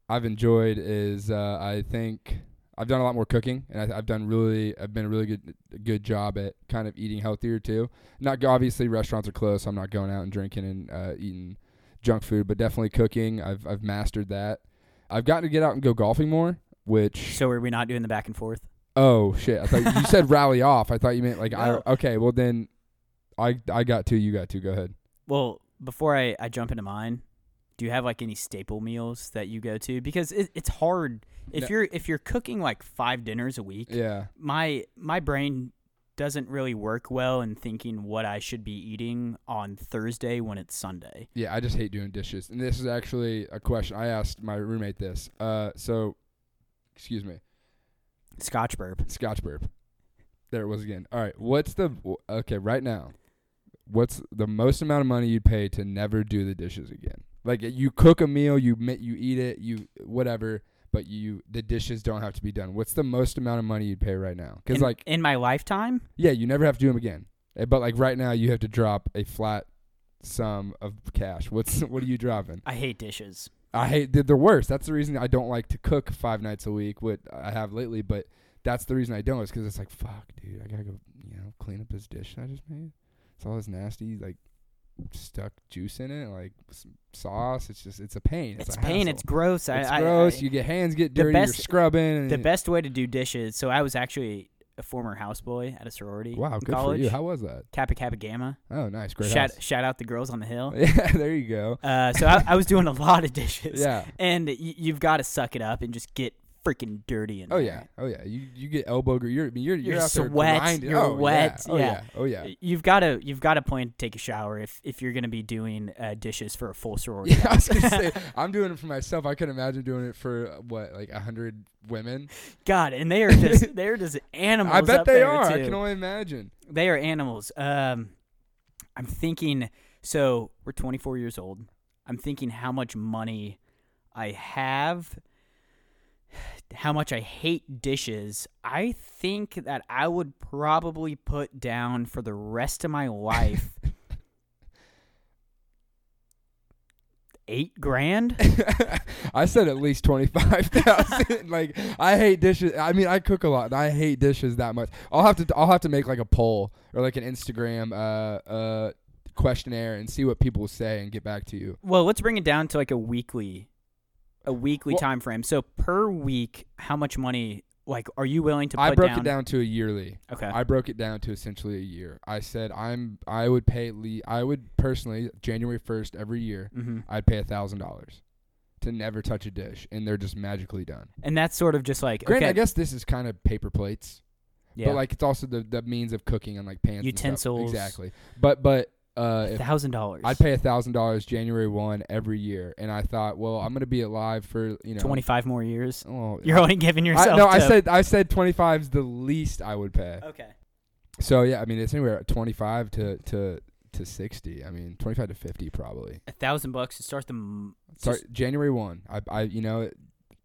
I've enjoyed is uh, I think I've done a lot more cooking, and I, I've done really I've been a really good good job at kind of eating healthier too. Not go- obviously restaurants are closed, so I'm not going out and drinking and uh, eating junk food, but definitely cooking. I've I've mastered that. I've gotten to get out and go golfing more, which So are we not doing the back and forth? oh shit, I thought you *laughs* said rally off. I thought you meant like No. I okay. Well then, I I got two, you got two. Go ahead. Well, before I, I jump into mine, do you have like any staple meals that you go to? Because it, it's hard if No. you're if you're cooking like five dinners a week. Yeah. my my brain doesn't really work well in thinking what I should be eating on Thursday when it's Sunday. Yeah, I just hate doing dishes. And this is actually a question I asked my roommate this. Uh, so, excuse me, Scotch burp. Scotch burp. There it was again. All right, what's the w- okay right now? What's the most amount of money you'd pay to never do the dishes again? Like you cook a meal, you mi- you eat it, you whatever, but you the dishes don't have to be done. What's the most amount of money you'd pay right now? Because In, like in my lifetime, yeah, you never have to do them again. Eh, But like right now, you have to drop a flat sum of cash. What's *laughs* what are you dropping? I hate dishes. I hate they're the worst. That's the reason I don't like to cook five nights a week. What I have lately, but that's the reason I don't is because it's like fuck, dude. I gotta go, you know, clean up this dish I just made. It's all this nasty like stuck juice in it, like some sauce. It's just it's a pain. It's, It's a pain. hassle. It's gross. I, It's I- gross. I- you get hands get The dirty. best- you're scrubbing. And the best way to do dishes. So I was actually a former houseboy at a sorority. Wow, in good college. for you. How was that? Kappa Kappa Gamma. Oh, nice. Great. Shout, *laughs* house. *laughs* shout out the girls on the hill. Yeah, there you go. Uh, so I, I was doing a lot of dishes. *laughs* Yeah. And y- you've got to suck it up and just get freaking dirty. In Oh there. *laughs* yeah. Oh yeah. You you get elbow. gr- You're I mean, you're you're, You're out there sweat, grinding. you're oh, wet, Yeah. Oh yeah. Oh yeah. You've got to you've got to plan to take a shower if if you're going to be doing uh, dishes for a full sorority. Yeah, *laughs* I was *laughs* gonna say I'm doing it for myself. I couldn't imagine doing it for uh, what like hundred *laughs* women. God, and they are just they're just animals. *laughs* I bet up they there, are. I too. can only imagine. *laughs* *laughs* They are animals. Um, I'm thinking. So we're 24 years old. I'm thinking how much money I have, how much I hate dishes. I think that I would probably put down for the rest of my *laughs* life eight grand. I said at least twenty five thousand. *laughs* like I hate dishes. I mean, I cook a lot, and I hate dishes that much. I'll have to. I'll have to make like a poll or like an Instagram uh uh questionnaire and see what people say and get back to you. Well, let's bring it down to like a weekly, a weekly Well- time frame. So per week, how much money? Like, are you willing to? Put I broke it down to a yearly. Okay. I broke it down to essentially a year. I said I'm. I would pay. Le- I would personally January first every year. mm-hmm. I'd pay a thousand dollars to never touch a dish, and they're just magically done. And that's sort of just like Granted, okay, I guess this is kind of paper plates. yeah, But like it's also the, the means of cooking and like pans, and stuff. Utensils. exactly. But but uh, if thousand dollars. I'd pay a thousand dollars January one every year, and I thought, well, I'm gonna be alive for you know twenty five more years. Oh, *laughs* You're only giving I, yourself. Uh, no, I to- said I said twenty five is the least I would pay. okay. So yeah, I mean it's anywhere twenty five to to to sixty. I mean twenty five to fifty probably. A thousand bucks to start the. m- Sorry, January one. I I you know.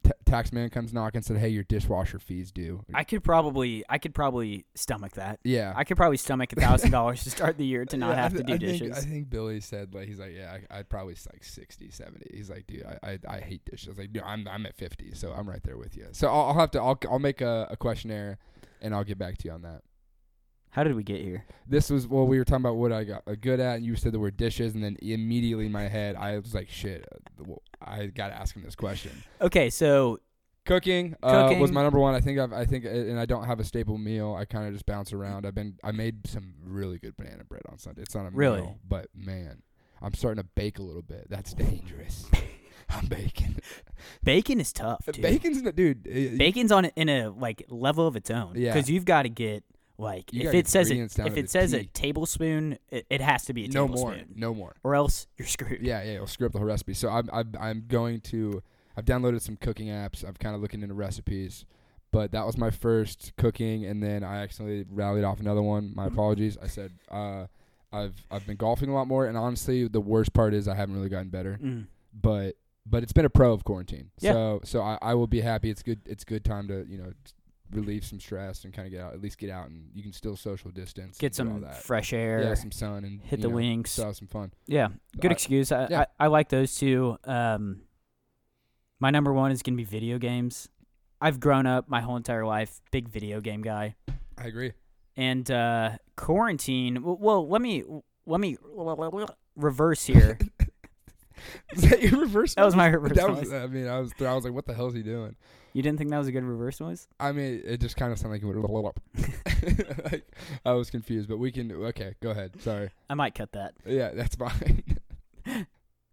T- tax man comes knocking and said, "Hey, your dishwasher fees due." I could probably, I could probably stomach that. yeah, I could probably stomach a thousand dollars to start the year to not *laughs* Yeah, I have th- to do I dishes. Think, I think Billy said like he's like yeah I, I'd probably s- like 60, 70. He's like dude I I, I hate dishes. I was like dude I'm I'm at fifty so I'm right there with you. So I'll, I'll have to I'll I'll make a, a questionnaire and I'll get back to you on that. How did we get here? This was well we were talking about what I got uh, good at and you said the word dishes and then immediately in my head I was like shit uh, well, I got to ask him this question. Okay, so Cooking, uh, was Cooking. my number one. I think I've, I think, and I don't have a staple meal. I kind of just bounce around. I've been, I made some really good banana bread on Sunday. It's not a Really? meal, but man, I'm starting to bake a little bit. *laughs* That's dangerous. I'm baking. bacon is tough, dude. Bacon's, n- dude. eh, it- Bacon's on a- in a like level of its own. Yeah. because you've got to get like You if gotta it get says it, ingredients down if to it the says a T. tablespoon, it, it has to be a no more, tablespoon, no more. or else you're screwed. Yeah, yeah. It'll screw up the whole recipe. So I'm, I'm, I'm going to. I've downloaded some cooking apps. i have kind of looking into recipes. But that was my first cooking, and then I accidentally rallied off another one. Mm-hmm. My apologies. I said uh, I've I've been golfing a lot more, and honestly, the worst part is I haven't really gotten better. Mm. But but it's been a pro of quarantine. Yeah. So so I, I will be happy. It's good. It's good time to you know s- relieve some stress and kind of get out. At least get out, and you can still social distance. *laughs* Get and do all some that. fresh air. yeah, some sun, and hit you the know, links. still have some fun. Yeah, good I- excuse. I, yeah. I, I like those two. Um, my number one is gonna be video games. I've grown up my whole entire life, big video game guy, I agree. and uh, quarantine. w- Well, let me let me reverse *laughs* here. Is that your reverse? that was noise? my reverse That noise. was. I mean, I was. I was like, what the hell is he doing? you didn't think that was a good reverse noise? I mean, it just kind of sounded like he went. *laughs* like, I was confused, but we can. Okay, go ahead. Sorry. I might cut that. Yeah, that's *laughs* fine.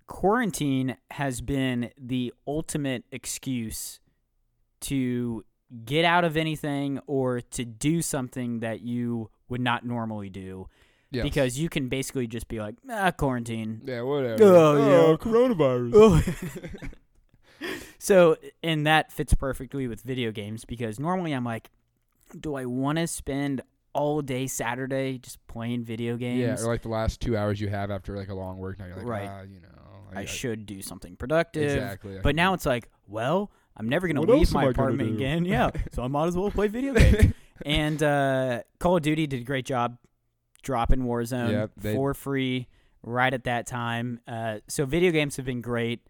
Quarantine has been the ultimate excuse to get out of anything or to do something that you would not normally do. yeah. because you can basically just be like, ah, *laughs* quarantine. Yeah. Whatever. Oh, yeah. Coronavirus. Oh. so, and that fits perfectly with video games because normally I'm like, do I want to spend all day Saturday just playing video Yeah, games? or like the last two hours you have after like a long work night. You're like, Right. Ah, you know. I should do something productive. Exactly. I But can- now it's like, well, I'm never going What to leave else my am I gonna apartment do? again. *laughs* Yeah. So I might as well play video games. and uh, Call of Duty did a great job dropping Warzone Yep, they- for free right at that time. Uh, so video games have been great.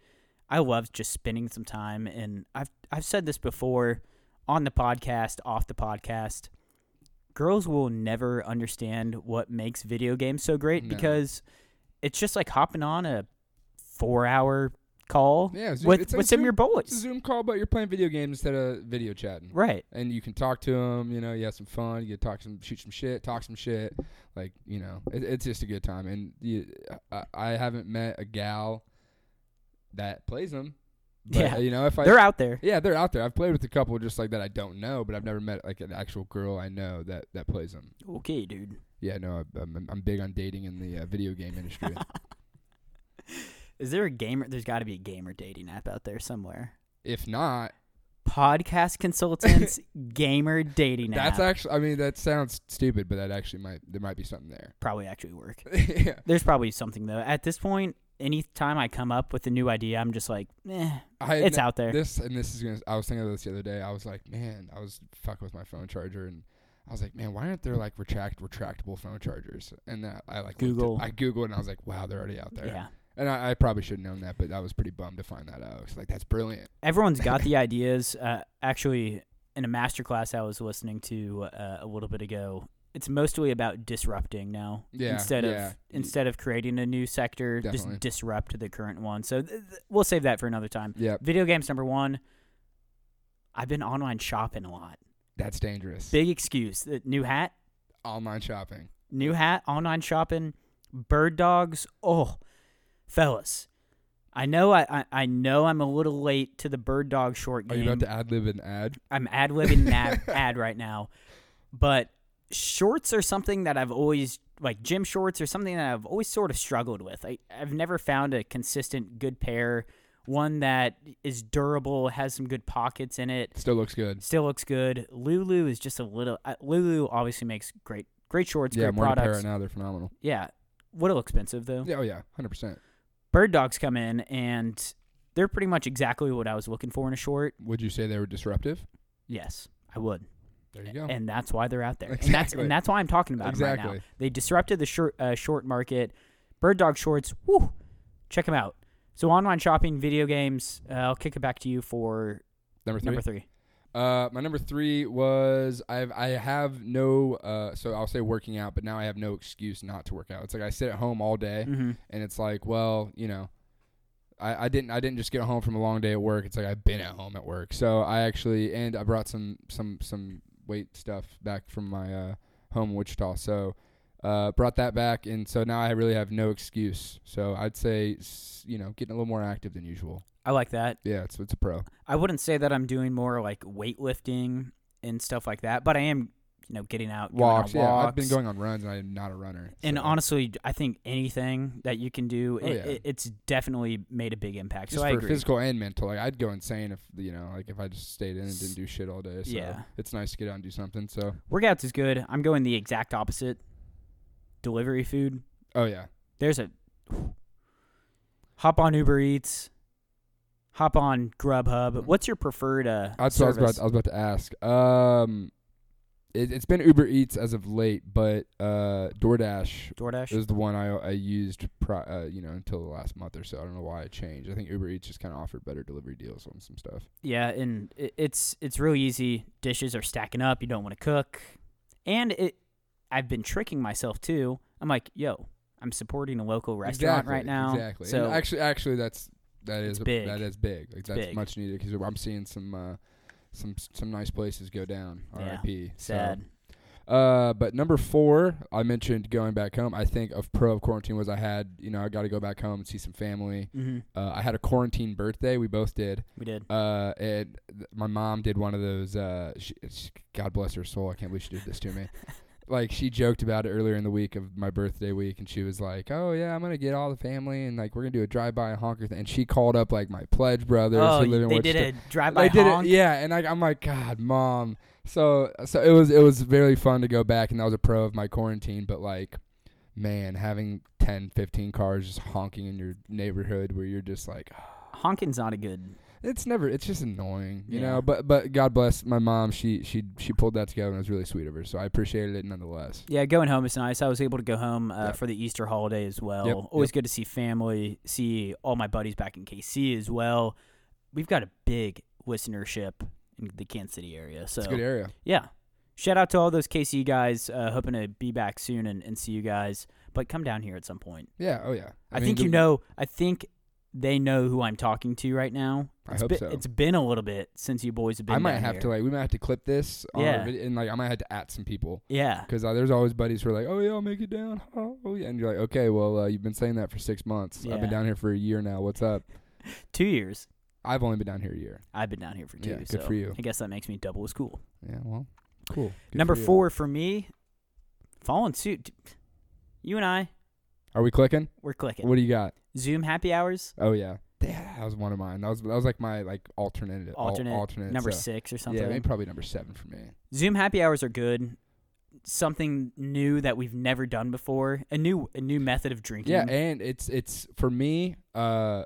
I love just spending some time, and I've I've said this before on the podcast, off the podcast. Girls will never understand what makes video games so great No. because it's just like hopping on a four hour call *laughs* Yeah, it's- with, it's a with some of Zoom- your It's a boys. Zoom call, but you're playing video games instead of video chatting. Right. And you can talk to them. You know, you have some fun. You get to talk some, shoot some shit, talk some shit. Like you know, it, it's just a good time. And you, I, I haven't met a gal that plays them. But, Yeah. you know, if I They're out there. yeah, they're out there. I've played with a couple just like that I don't know, but I've never met like an actual girl I know that that plays them. Okay, dude. Yeah, no, I- I'm, I'm big on dating in the uh, video game *laughs* industry. Is there a gamer? There's got to be a gamer dating app out there somewhere. if not, Podcast *laughs* consultants, gamer dating that's app. actually. I mean, that sounds stupid, but that actually might there might be something there. *laughs* probably actually work. yeah. There's probably something though. At this point, any time I come up with a new idea, I'm just like, eh, I, it's out there. This and this is gonna. I was thinking of this the other day. I was like, man, I was fucking with my phone charger, and I was like, man, why aren't there like retract retractable phone chargers? And then I like looked it- Google. I googled, and I was like, wow, they're already out there. Yeah. And I, I probably should have known that, but I was pretty bummed to find that out. I was like, that's brilliant. everyone's got the ideas. Uh, actually, in a masterclass I was listening to uh, a little bit ago, it's mostly about disrupting now. Yeah, Instead yeah. of instead of creating a new sector, Definitely. just disrupt the current one. So th- th- we'll save that for another time. Yeah, Video games number one. I've been online shopping a lot. that's dangerous. Big excuse. The new hat, Online shopping. new hat, online shopping, bird dogs. Oh, fellas. I know I, I, I know I'm a little late to the bird dog short Are game. you about to ad lib an ad? I'm ad libbing an *laughs* ad, ad right now, but shorts are something that I've always like gym shorts are something that I've always sort of struggled with. I, I've never found a consistent good pair, one that is durable, has some good pockets in it, Still looks good. still looks good. Lulu is just a little. Uh, Lulu obviously makes great great shorts, yeah, great more pair products. right now. They're phenomenal. Yeah, what a little expensive though. Yeah, oh yeah, hundred percent. Bird dogs come in and they're pretty much exactly what I was looking for in a short. Would you say they were disruptive? Yes, I would. There you go. and that's why they're out there. And that's Oh. Exactly. and that's why I'm talking about 'em right now. Exactly. They disrupted the short uh, short market. Bird dog shorts. Woo, check them out. So online shopping, video games. Uh, I'll kick it back to you for number three. number three. Uh, my number three was I've I have no uh, so I'll say working out, but now I have no excuse not to work out. It's like I sit at home all day, Mm-hmm. and it's like, well, you know, I, I didn't I didn't just get home from a long day at work. It's like I've been at home at work. So I actually and I brought some some some weight stuff back from my uh, home in Wichita. So uh, brought that back, and so now I really have no excuse. So I'd say s- you know getting a little more active than usual. I like that. Yeah, it's it's a pro. I wouldn't say that I'm doing more like weightlifting and stuff like that, but I am, you know, getting out, going on Walks, yeah. I've been walks. going on runs, and I'm not a runner. And so. honestly, I think anything that you can do, Oh, it, yeah. it- it's definitely made a big impact. just so I for agree. physical and mental. Like I'd go insane if you know, like if I just stayed in and didn't do shit all day. So Yeah. it's nice to get out and do something. So Workouts is good. I'm going the exact opposite. Delivery food. oh yeah, There's a hop on Uber Eats, hop on Grubhub. What's your preferred uh, Mm-hmm. that's what I was, service? about, I was about to ask. Um, it, it's been Uber Eats as of late, but uh, DoorDash DoorDash. is the one I I used, pri uh, you know, until the last month or so. I don't know why it changed. I think Uber Eats just kind of offered better delivery deals on some stuff. Yeah, and it, it's it's really easy. Dishes are stacking up. You don't want to cook, and it. I've been tricking myself too. I'm like, yo, I'm supporting a local restaurant Exactly, right now. Exactly. So and actually, actually, that's that is big. that is big. Like that's big. much needed because I'm seeing some uh, some some nice places go down. Yeah. R.I.P. So, sad. uh, but number four, I mentioned going back home. I think of pro of quarantine was I had you know I got to go back home and see some family. hmm Uh, I had a quarantine birthday. We both did. We did. Uh, and th- my mom did one of those. Uh, she, she, God bless her soul. I can't believe she did this to me. like she joked about it earlier in the week of my birthday week, and she was like, "Oh yeah, I'm gonna get all the family, and like we're gonna do a drive by honker thing." And she called up like my pledge brothers oh, who live in they Wichita. did a drive by They did honk. it, yeah. And like I'm like, God, mom. So so it was it was very fun to go back, and that was a pro of my quarantine. But like, man, having 10, 15 cars just honking in your neighborhood where you're just like, Honking's not a good. it's never. It's just annoying, you Yeah. know. But but God bless my mom. She she she pulled that together and it was really sweet of her. So I appreciated it nonetheless. Yeah, going home is nice. I was able to go home uh, Yep. for the Easter holiday as well. Yep, Always good to see family, see all my buddies back in KC as well. We've got a big listenership in the Kansas City area. So, It's a good area. yeah. Shout out to all those KC guys. Uh, hoping to be back soon and, and see you guys. but come down here at some point. Yeah. Oh yeah. I, mean, think the- you know. I think they know who I'm talking to right now. I It's hope been, so. It's been a little bit since you boys have been. I might down have here. to like we might have to clip this. On Yeah. our vid- and like I might have to at some people Yeah. because uh, there's always buddies who are like, oh yeah, I'll make it down. *laughs* Oh yeah, and you're like, okay, well uh, you've been saying that for six months. I've Yeah. been down here for a year now. What's up? Two years. I've only been down here a year. I've been down here for two. Yeah, good so for you. I guess that makes me double as cool. Yeah. Well. Cool. Good Number for you. four for me, following suit. You and I, Are we clicking? we're clicking. What do you got? Zoom happy hours, Oh yeah. Yeah, that was one of mine. That was that was like my like alternative al- alternate, alternate number so- six or something. uh, Yeah, maybe probably number seven for me. Zoom happy hours are good. Something new that we've never done before. A new a new method of drinking. Yeah, and it's it's for me. Uh,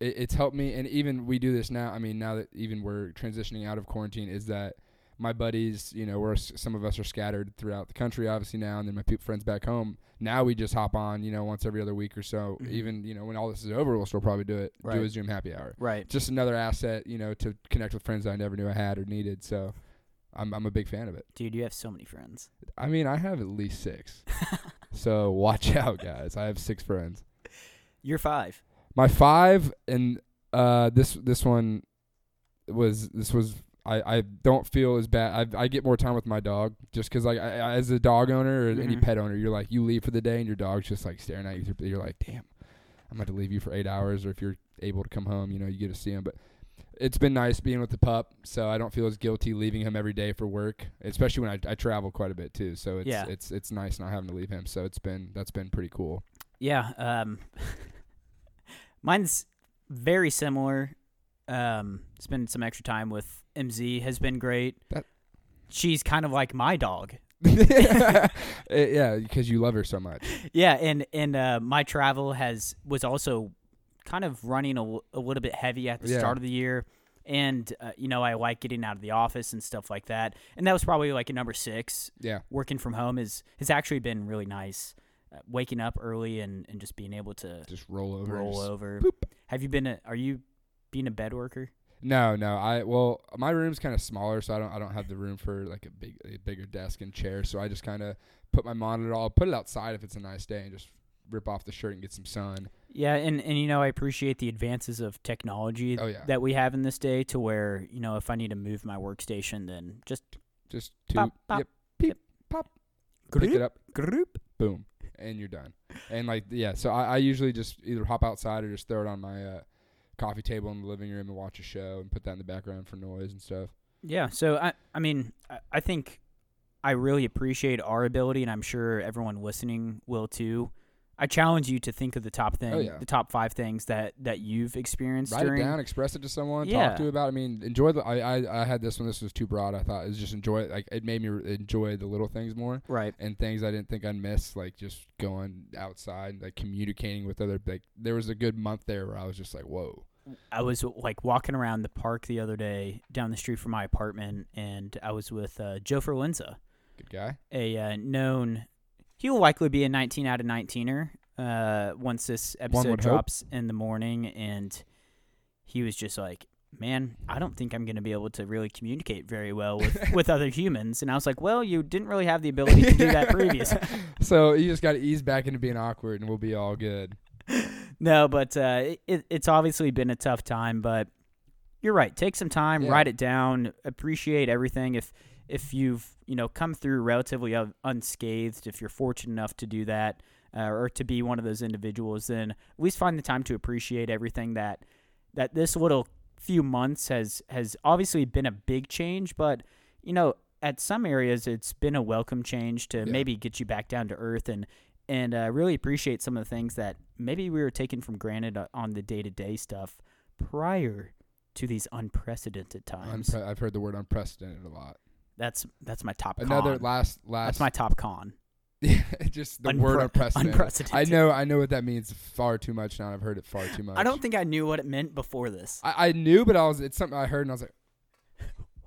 it, it's helped me, and even we do this now. I mean, now that even we're transitioning out of quarantine, is that my buddies, you know, we're s- some of us are scattered throughout the country, obviously now, and then my pe- friends back home. Now we just hop on, you know, once every other week or so. Mhm. Even you know, when all this is over, we'll still probably do it. Do a Right. Zoom happy hour. right. Just another asset, you know, to connect with friends that I never knew I had or needed. So, I'm I'm a big fan of it. Dude, you have so many friends. *laughs* I mean, I have at least six. so watch *laughs* out, guys. I have six friends. You're five. My five and uh, this this one was this was I, I don't feel as bad. I, I get more time with my dog just because like I, I- as a dog owner or any Mhm. pet owner, you're like you leave for the day and your dog's just like staring at you. through- You're like, damn, I'm about to leave you for eight hours. Or if you're able to come home, you know you get to see him. But it's been nice being with the pup, so I don't feel as guilty leaving him every day for work, especially when I, I travel quite a bit too. So it's Yeah. it's it's nice not having to leave him. So it's been that's been pretty cool. Yeah. Um, *laughs* mine's very similar. Um, spending some extra time with MZ has been great. That- She's kind of like my dog. *laughs* Eh, yeah, because you love her so much. Yeah, and and uh, my travel has was also kind of running a, l- a little bit heavy at the Yeah. start of the year, and uh, you know I like getting out of the office and stuff like that, and that was probably like a number six. Yeah. Working from home is has actually been really nice. Uh, waking up early and and just being able to Just roll over. roll just- over. boop. Have you been? A, are you being a bed worker? No, no. I well, my room's kind of smaller, so I don't I don't have the room for like a big a bigger desk and chair. So I just kind of put my monitor. I'll put it outside if it's a nice day, and just rip off the shirt and get some sun. Yeah, and and you know I appreciate the advances of technology Oh yeah, that we have in this day to where you know if I need to move my workstation, then just just two. pop, pop, yep, peep, yep. pop. Pick group, it up, group. boom, and you're done. And like yeah, so I, I usually just either hop outside or just throw it on my uh, coffee table in the living room and watch a show and put that in the background for noise and stuff. Yeah. So I I mean I, I think I really appreciate our ability, and I'm sure everyone listening will too. I challenge you to think of the top thing, Oh, yeah. the top five things that that you've experienced Write during. it down, express it to someone, Yeah. talk to about. It. I mean, enjoy the. I, I I had this one. This was too broad. I thought it was just enjoy. Like it made me re- enjoy the little things more Right. and things I didn't think I'd miss. Like just going outside, like communicating with other. Like there was a good month there where I was just like, whoa. I was like walking around the park the other day down the street from my apartment, and I was with uh, Joe Ferlinza, Good guy. a uh, known. He will likely be a 19 out of 19er uh, once this episode would hope. drops in the morning, and he was just like, "Man, I don't think I'm going to be able to really communicate very well *laughs* with with other humans." And I was like, "Well, you didn't really have the ability to do *laughs* that previous." so you just got to ease back into being awkward, and we'll be all good. no, but uh, it, it's obviously been a tough time. But you're right. Take some time, Yeah. write it down, appreciate everything. If if you've you know come through relatively un- unscathed, if you're fortunate enough to do that, uh, or to be one of those individuals, then at least find the time to appreciate everything that that this little few months has has obviously been a big change, but you know at some areas it's been a welcome change to Yeah. maybe get you back down to earth and and uh, really appreciate some of the things that maybe we were taking for granted uh, on the day to day stuff prior to these unprecedented times. Unpre- I've heard the word unprecedented a lot. that's that's my top Another con. last last. that's my top con. *laughs* just the Unpre- word unprecedented. I unprecedented. know I know what that means far too much now. I've heard it far too much. I don't think I knew what it meant before this. I, I knew, but I was it's something I heard and I was like,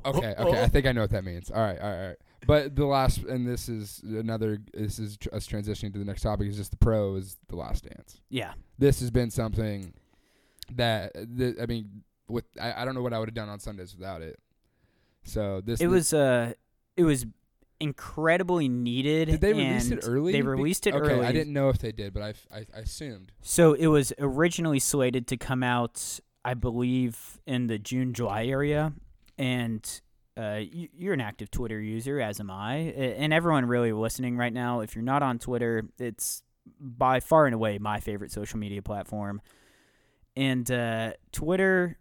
okay, Oh, okay, oh. I think I know what that means. All right, all right, all right. But the last, and this is another. This is tr- us transitioning to the next topic. Is just the pro is the last dance. Yeah, This has been something that, that I mean, with I, I don't know what I would have done on Sundays without it. So this it was uh, it was incredibly needed. Did they release and it early? They Be- released it okay, early. I didn't know if they did, but I, f- I, *laughs* I assumed. So it was originally slated to come out, I believe, in the June July area, and. Uh, you- you're an active Twitter user, as am I, A- and everyone really listening right now. If you're not on Twitter, it's by far and away my favorite social media platform. And uh, Twitter,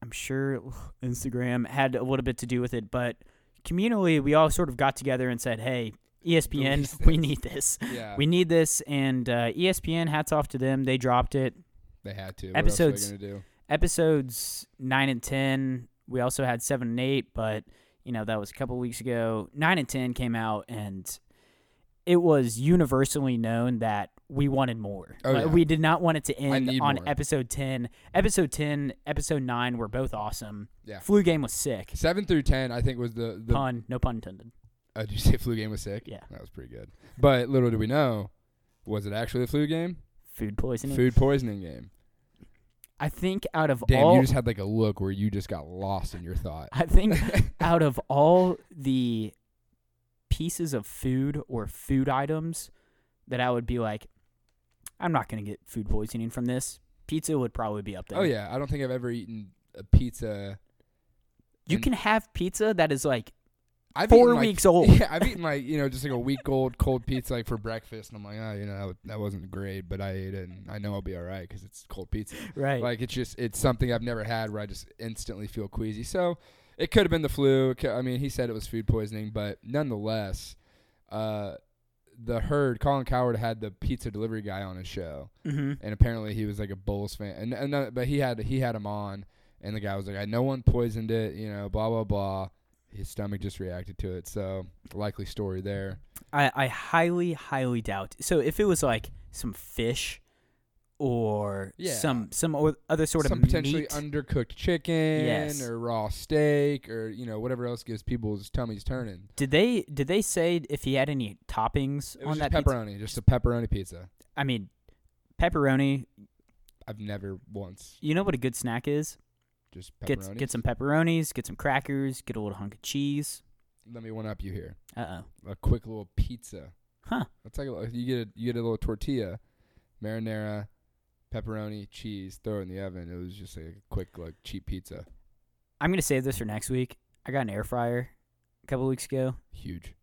I'm sure Instagram had a little bit to do with it, but communally, we all sort of got together and said, "Hey, E Release ESPN, we this." need this." Yeah, we need this and uh, espn hats off to them they dropped it they had to. What else were they episodes- gonna do? episodes 9 and 10 we also had 7 and 8 but you know that was a couple weeks ago 9 and 10 came out and it was universally known that we wanted more Oh, Like, yeah. we did not want it to end need on more. episode 10 episode 10 episode 9 were both awesome Yeah. flu game was sick Seven through ten, I think was the the. pun no pun intended Uh, *laughs* did you say flu game was sick? Yeah. that was pretty good. But little did we know, was it actually a flu game? food poisoning Food poisoning game. i think out of Damn, all you just had like a look where you just got lost in your *laughs* thought. i *laughs* think out of all the pieces of food or food items that I would be like, I'm not going to get food poisoning from this, pizza would probably be up there. oh yeah, I don't think I've ever eaten a pizza. You and- can have pizza that is like I've four eaten, like- weeks old. Yeah, *laughs* I've eaten *laughs* like you know just like a week old cold pizza like for breakfast, and I'm like, oh, you know that, wa- that wasn't great, but I ate it, and I know I'll be all right because it's cold pizza. right. Like it's just it's something I've never had where I just instantly feel queasy. So it could have been the flu. It cou- I mean, he said it was food poisoning, but nonetheless, uh, the herd. Colin Coward had the pizza delivery guy on his show, mm-hmm. and apparently he was like a Bulls fan, and, and uh, but he had he had him on, and the guy was like, "I no one poisoned it," you know, blah blah blah. His stomach just reacted to it, so likely story there. I, I highly, highly doubt. So if it was like some fish or Yeah. some some o- other sort Some of potentially meat, undercooked chicken Yes. or raw steak or you know whatever else gives people's tummies turning. did they did they say if he had any toppings It on was that just pizza? pepperoni, just a pepperoni pizza. I mean, pepperoni. I've never once You know what a good snack is? just Get pepperoni. get some pepperonis, get some crackers, get a little hunk of cheese. Let me one up you here. Uh oh. A quick little pizza. Huh. Let's take a look. You get a, you get a little tortilla, marinara, pepperoni, cheese. Throw it in the oven. It was just like a quick like cheap pizza. I'm gonna save this for next week. I got an air fryer a couple weeks ago, Huge.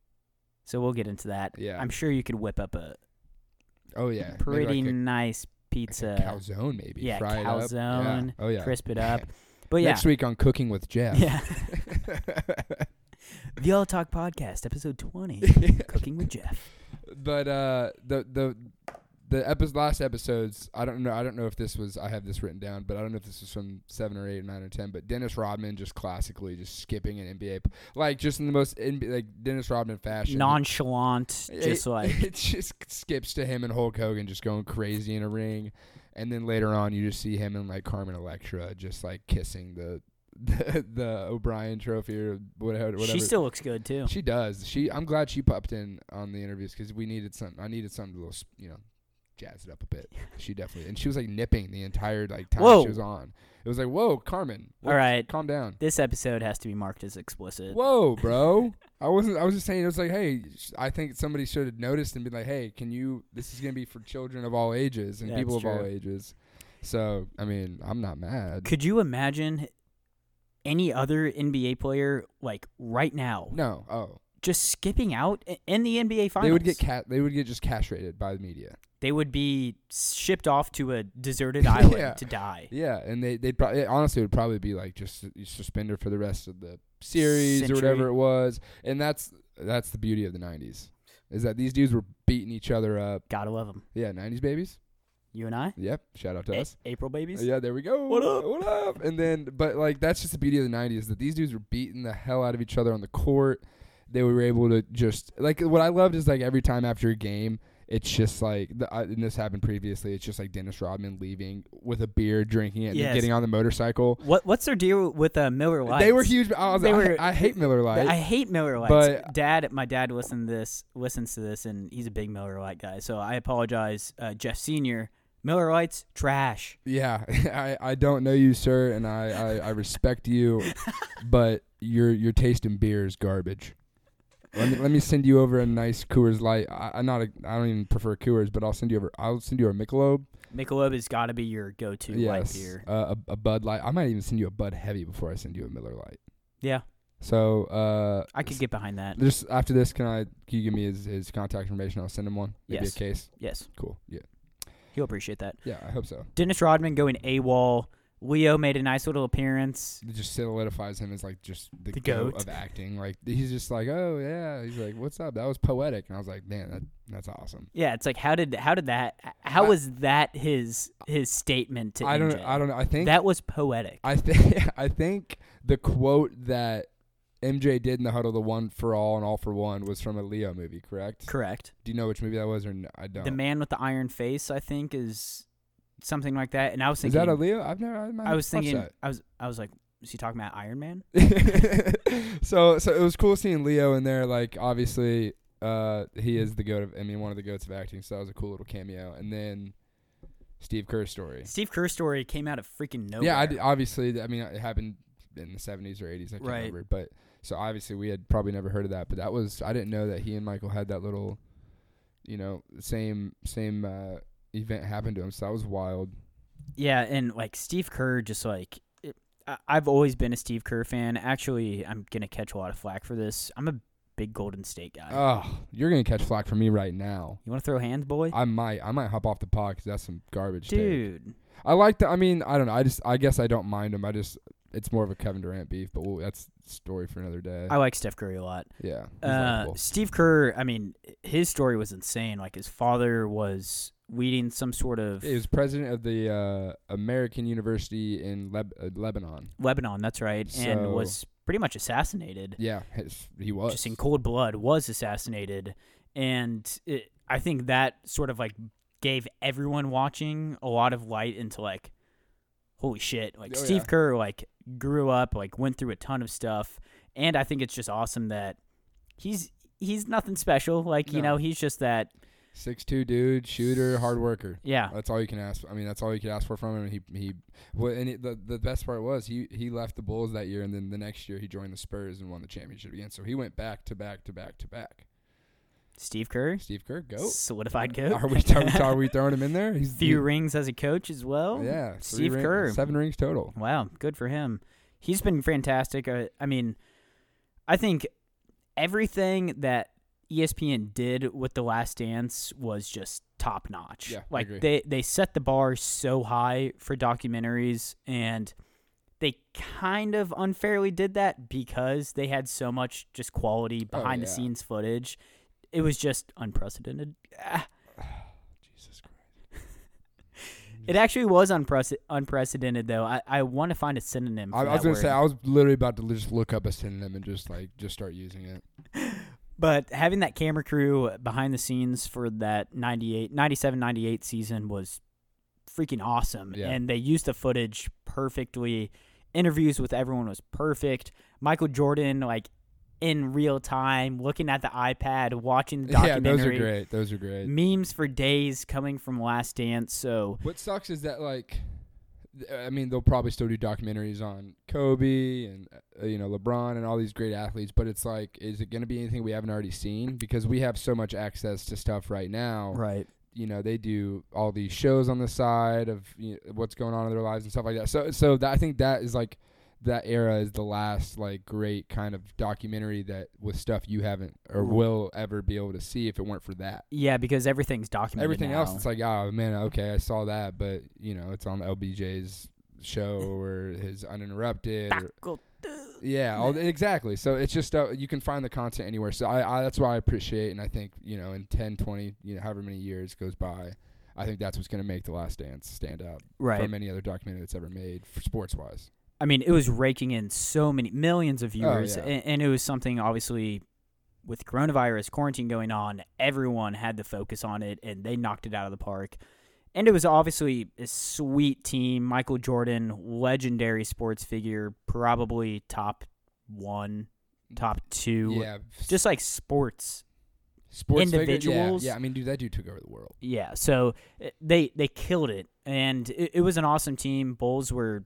so we'll get into that. Yeah. I'm sure you could whip up a Oh yeah. Maybe pretty like a- nice like a, pizza, calzone maybe. yeah, Fry it up. calzone, Yeah. Oh yeah. crisp it *laughs* up. But yeah, Next week on Cooking with Jeff. *laughs* yeah. *laughs* the All Talk Podcast, episode *laughs* 20, cooking with Jeff. but uh, the the the epi- last episodes, I don't know. I don't know if this was. I have this written down, but I don't know if this was from seven or eight or nine or ten. But Dennis Rodman just classically just skipping an NBA, p- like just in the most NBA, like Dennis Rodman fashion. Nonchalant, It- just like it *laughs* just skips to him and Hulk Hogan just going crazy in a ring, and then later on you just see him and like Carmen Electra just like kissing the *laughs* the, the O'Brien Trophy or whatever. whatever. she still looks good too. She does. She. I'm glad she popped in on the interviews because we needed some. I needed something to little, s- you know, jazz it up a bit. *laughs* She definitely. And she was like nipping the entire like time Whoa. she was on. It was like, whoa, Carmen. All right, calm down. this episode has to be marked as explicit. *laughs* Whoa, bro. I wasn't. I was just saying. It was like, hey, sh- I think somebody should have noticed and been like, hey, can you? This is gonna be for children of all ages and That's people of all true. ages. So I mean, I'm not mad. Could you imagine any other NBA player like right now no. Oh, just skipping out i- in the NBA finals? they would get cat. They would get just castrated by the media. They would be shipped off to a *laughs* deserted island Yeah. to die. Yeah, and they they probably honestly it would probably be like just you suspend her for the rest of the series Century. or whatever it was. And that's that's the beauty of the '90s is that these dudes were beating each other up. Gotta love them. Yeah, '90s babies. You and I, Yep, shout out to A- us. April babies. Yeah, there we go. What up? What up? And then, but like that's just the beauty of the '90s that these dudes were beating the hell out of each other on the court. They were able to just like what I loved is like every time after a game. It's just like, the, I- and this happened previously. It's just like Dennis Rodman leaving with a beer, drinking it, and Yes. then getting on the motorcycle. What what's their deal with uh, Miller Lights? They were huge. I, *laughs* was, They I- were- I, hate Miller Lite. I hate Miller Lights. But- dad, my dad listened to this listens to this, and he's a big Miller Lite guy. So I apologize, uh, Jeff Senior. Miller Lights trash. yeah, *laughs* I, I don't know you, sir, and I, *laughs* I, I respect you, but your your taste in beer is garbage. let me let me send you over a nice Coors Light. I, I'm not. A, I don't even prefer Coors, but I'll send you over. I'll send you a Michelob. Michelob has got to be your go-to light beer. Uh, a, a Bud Light. I might even send you a Bud Heavy before I send you a Miller Light. Yeah, So uh, I could get behind that. just after this, can I? Can you give me his, his contact information? I'll send him one. Maybe Yes. a case. Yes, Cool. Yeah. he'll appreciate that. Yeah. I hope so. Dennis Rodman going AWOL. Leo made a nice little appearance. It just solidifies him as like just the, The goat. goat. of acting. Like he's just like, oh yeah. He's like, what's up? That was poetic. And I was like, man, that, that's awesome. Yeah, it's like how did how did that how I- was that his his statement to I don't. MJ? I don't know. I think that was poetic. I think *laughs* I think the quote that MJ did in the huddle, the one for all and all for one, was from a Leo movie, correct? Correct. Do you know which movie that was, or n I don't? The man with the iron face, I think, is something like that. And I was Is thinking, that a Leo? I've never. I, might I was watch thinking, that. I was I was like, is he talking about Iron Man? *laughs* so so it was cool seeing Leo in there. Like obviously, uh, he is the goat of. I mean, one of the goats of acting. So that was a cool little cameo. And then Steve Kerr's story. Steve Kerr's story came out of freaking nowhere. Yeah, I d obviously. th- I mean, it happened in the seventies or eighties. I can't Right. remember, but so obviously we had probably never heard of that. But that was I didn't know that he and Michael had that little, you know, same same uh, event happened to him. So that was wild. Yeah, and like Steve Kerr, just like it, I- I've always been a Steve Kerr fan. Actually, I'm gonna catch a lot of flack for this. I'm a big Golden State guy. Oh, you're gonna catch flack from me right now. you want to throw hands, boy? I might I might hop off the pod 'cause that's some garbage. take. Dude, I like the. I mean, I don't know. I just I guess I don't mind him. I just it's more of a Kevin Durant beef, but we'll, that's story for another day. I like Steph Curry a lot. yeah, he's Uh, likable. Steve Kerr, I mean, his story was insane. Like his father was leading some sort of He was president of the uh, American University in Leb- uh, Lebanon. Lebanon, that's right, and So- was pretty much assassinated. Yeah, his, he was. just in cold blood, was assassinated, and it, I think that sort of like gave everyone watching a lot of light into like, holy shit, like Oh, Steve yeah. Kerr like grew up, like went through a ton of stuff, and I think it's just awesome that he's he's nothing special, like you No. know he's just that Six two dude, shooter, hard worker. yeah That's all you can ask. I mean, that's all you could ask for from him. He he. Well, and it, the the best part was he he left the Bulls that year, and then the next year he joined the Spurs and won the championship again. So he went back to back to back to back. Steve Kerr Steve Kerr, go. *laughs* solidified coach. *laughs* Are we, are we are we throwing him in there? He's few he- rings as a coach as well? Yeah, Oh, three Steve ring- Kerr. seven rings total. Wow, good for him. He's been fantastic. Uh, I mean, I think everything that E ESPN did with The Last Dance was just top notch. Yeah, I like agree. they they set the bar so high for documentaries and they kind of unfairly did that because they had so much just quality Oh, behind the yeah. scenes footage. It was just unprecedented. Ah, Oh, Jesus Christ. It actually was unprece- unprecedented, though. I, I want to find a synonym. For I, I was that gonna say word. I was literally about to just look up a synonym and just like just start using it. *laughs* But having that camera crew behind the scenes for that 98, 97, 98 season was freaking awesome. Yeah. And they used the footage perfectly. Interviews with everyone was perfect. Michael Jordan, like in real time, looking at the iPad, watching the *laughs* Yeah, those are documentary. great. Those are great. Memes for days coming from Last Dance. So, What sucks is that like, th- I mean, they'll probably still do documentaries on Kobe and uh, you know LeBron and all these great athletes, but it's like, is it going to be anything we haven't already seen? Because we have so much access to stuff right now. right. You know, they do all these shows on the side of you know, what's going on in their lives and stuff like that. So, so that, I think that is like that era is the last like great kind of documentary that with stuff you haven't or will ever be able to see if it weren't for that Yeah, because everything's documented. everything now. else it's like oh man okay i saw that but you know it's on lbj's show or his uninterrupted or, Taco yeah all, exactly so it's just uh, you can find the content anywhere so I, I that's why i appreciate and i think you know in 10 20 you know however many years goes by i think that's what's going to make the last dance stand out Right. from any other documentary that's ever made for sports wise I mean, it was raking in so many millions of viewers, yeah. and, and it was something obviously with coronavirus quarantine going on, everyone had to focus on it, and they knocked it out of the park. And it was obviously a sweet team. Michael Jordan, legendary sports figure, probably top one, top two, yeah just like sports. sports figure- yeah, individuals. yeah i mean dude that dude took over the world *laughs* Yeah, so uh, they they killed it, and it, it was an awesome team. Bulls were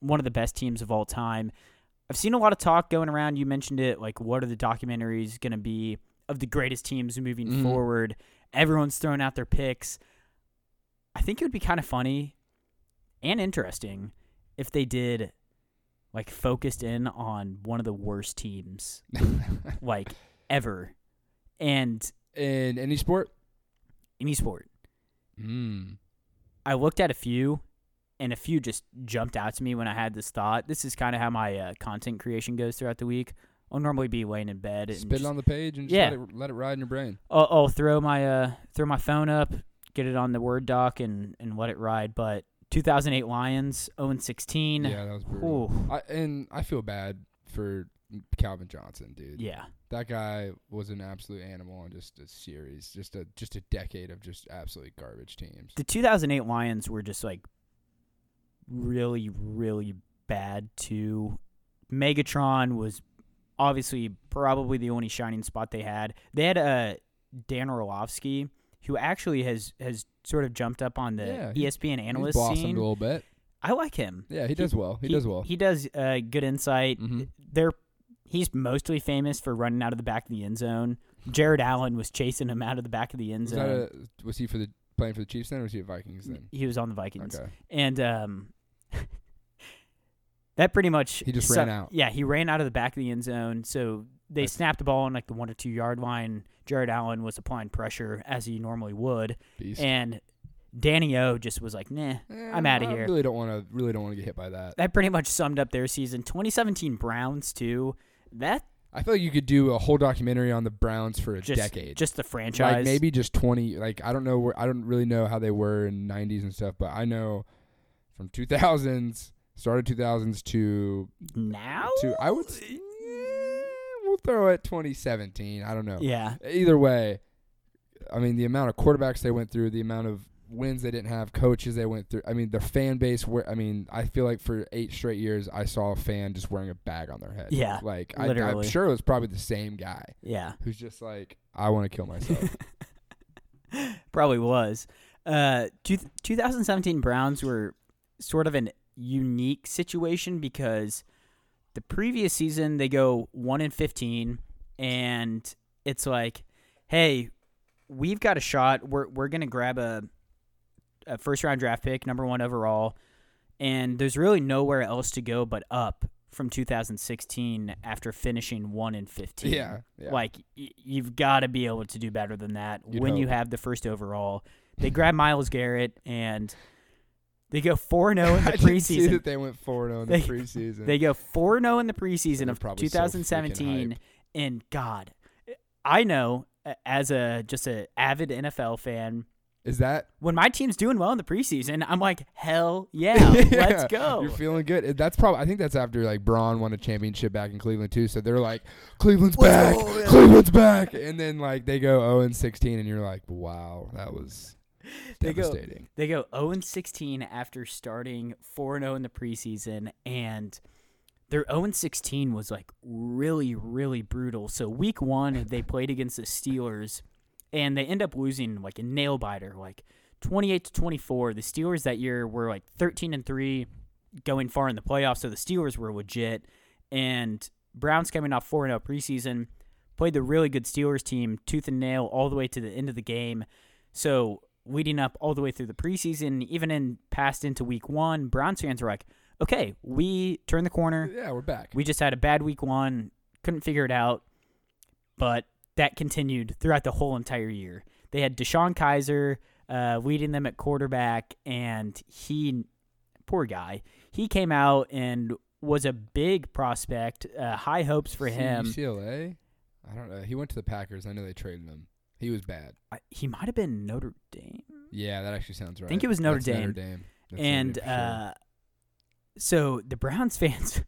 one of the best teams of all time. I've seen a lot of talk going around. You mentioned it. Like, what are the documentaries going to be of the greatest teams moving Mhm. forward? Everyone's throwing out their picks. I think it would be kind of funny and interesting if they did like focused in on one of the worst teams like ever and In any sport? any sport. Mm. I looked at a few, and a few just jumped out to me when I had this thought. This is kind of how my uh, content creation goes throughout the week. I'll normally be laying in bed and Spit just, it on the page and just Yeah. let, it, let it ride in your brain. I'll, I'll throw my uh, throw my phone up, get it on the Word doc, and and let it ride. But 2008 Lions 0 16. Yeah, that was brutal. Ooh, I, and I feel bad for Calvin Johnson, dude. yeah. That guy was an absolute animal on just a series, just a just a decade of just absolutely garbage teams. The 2008 Lions were just like really, really bad too. Megatron was obviously probably the only shining spot they had. They had uh, Dan Orlovsky, who actually has has sort of jumped up on the E Yeah, he- ESPN He's analyst blossomed scene. a little bit. I like him. Yeah, he, does well. He, does well. He does uh, good insight. Mhm. They're he's mostly famous for running out of the back of the end zone. Jared Allen was chasing him out of the back of the end was, that zone. a, was he for the playing for the Chiefs then, or was he at Vikings then? he was on the Vikings. Okay. and um, *laughs* that pretty much He just su- ran out. Yeah, he ran out of the back of the end zone. So they That's- snapped the ball on like the one or two yard line. Jared Allen was applying pressure as he normally would, Beast. and Danny O just was like, "Nah." Eh, I'm outta I here. Really don't want to. Really don't want to get hit by that. That pretty much summed up their season. 2017 Browns too. That I feel like you could do a whole documentary on the Browns for a just decade. just the franchise. like maybe just 20 like i don't know where i don't really know how they were in 90s and stuff but i know from 2000s started 2000s to now. to i would s- yeah, we'll throw it 2017 i don't know Yeah, either way i mean the amount of quarterbacks they went through the amount of wins they didn't have coaches they went through i mean their fan base where i mean i feel like for eight straight years i saw a fan just wearing a bag on their head Yeah, like I, i'm literally. sure it was probably the same guy yeah. who's just like i want *laughs* to kill myself Probably was. Uh, two, 2017 Browns were sort of an unique situation because the previous season they go 1 in 15 and it's like, "Hey, we've got a shot. We're we're going to grab a a first round draft pick, number 1 overall, and there's really nowhere else to go but up from 2016 after finishing 1 in 15." Yeah, yeah. Like y- you've got to be able to do better than that You'd when you hope. have the first overall. They grab Miles Garrett and they go 4 0 *laughs* in the I didn't see preseason. that they went 4 0 in They- the preseason. They go 4 0 in the preseason They're of probably so freaking 2017 hype. and god, I know uh, as a just a avid NFL fan Is that? when my team's doing well in the preseason, I'm like, hell yeah, let's *laughs* Yeah, go. You're feeling good. That's probably. I think that's after like Braun won a championship back in Cleveland too. So they're like, Cleveland's back, Let's go, yeah." Cleveland's back, and then like they go 0 and 16, and you're like, wow, that was *laughs* They go- *laughs* devastating. They go 0 and 16 after starting 4 0 in the preseason, and their 0 and 16 was like really, really brutal. So, week one, they played against the Steelers, and they end up losing like a nail biter, like 28 to 24. The Steelers that year were like 13 and 3, going far in the playoffs. So, the Steelers were legit, and Browns coming off 4 0 preseason. Played the really good Steelers team tooth and nail all the way to the end of the game. So leading up all the way through the preseason, even in past into week one, Browns fans were like, "Okay, we turned the corner. Yeah, we're back. We just had a bad week one, couldn't figure it out." But that continued throughout the whole entire year. They had Deshaun Kaiser uh, leading them at quarterback, and he, poor guy, he came out and was a big prospect. Uh, high hopes for him. UCLA. I don't know. He went to the Packers. I know they traded him. He was bad. I- He might have been Notre Dame. Yeah, that actually sounds right. think it was Notre That's Notre Dame. That's Notre and Dame for sure. uh, so the Browns *laughs* fans,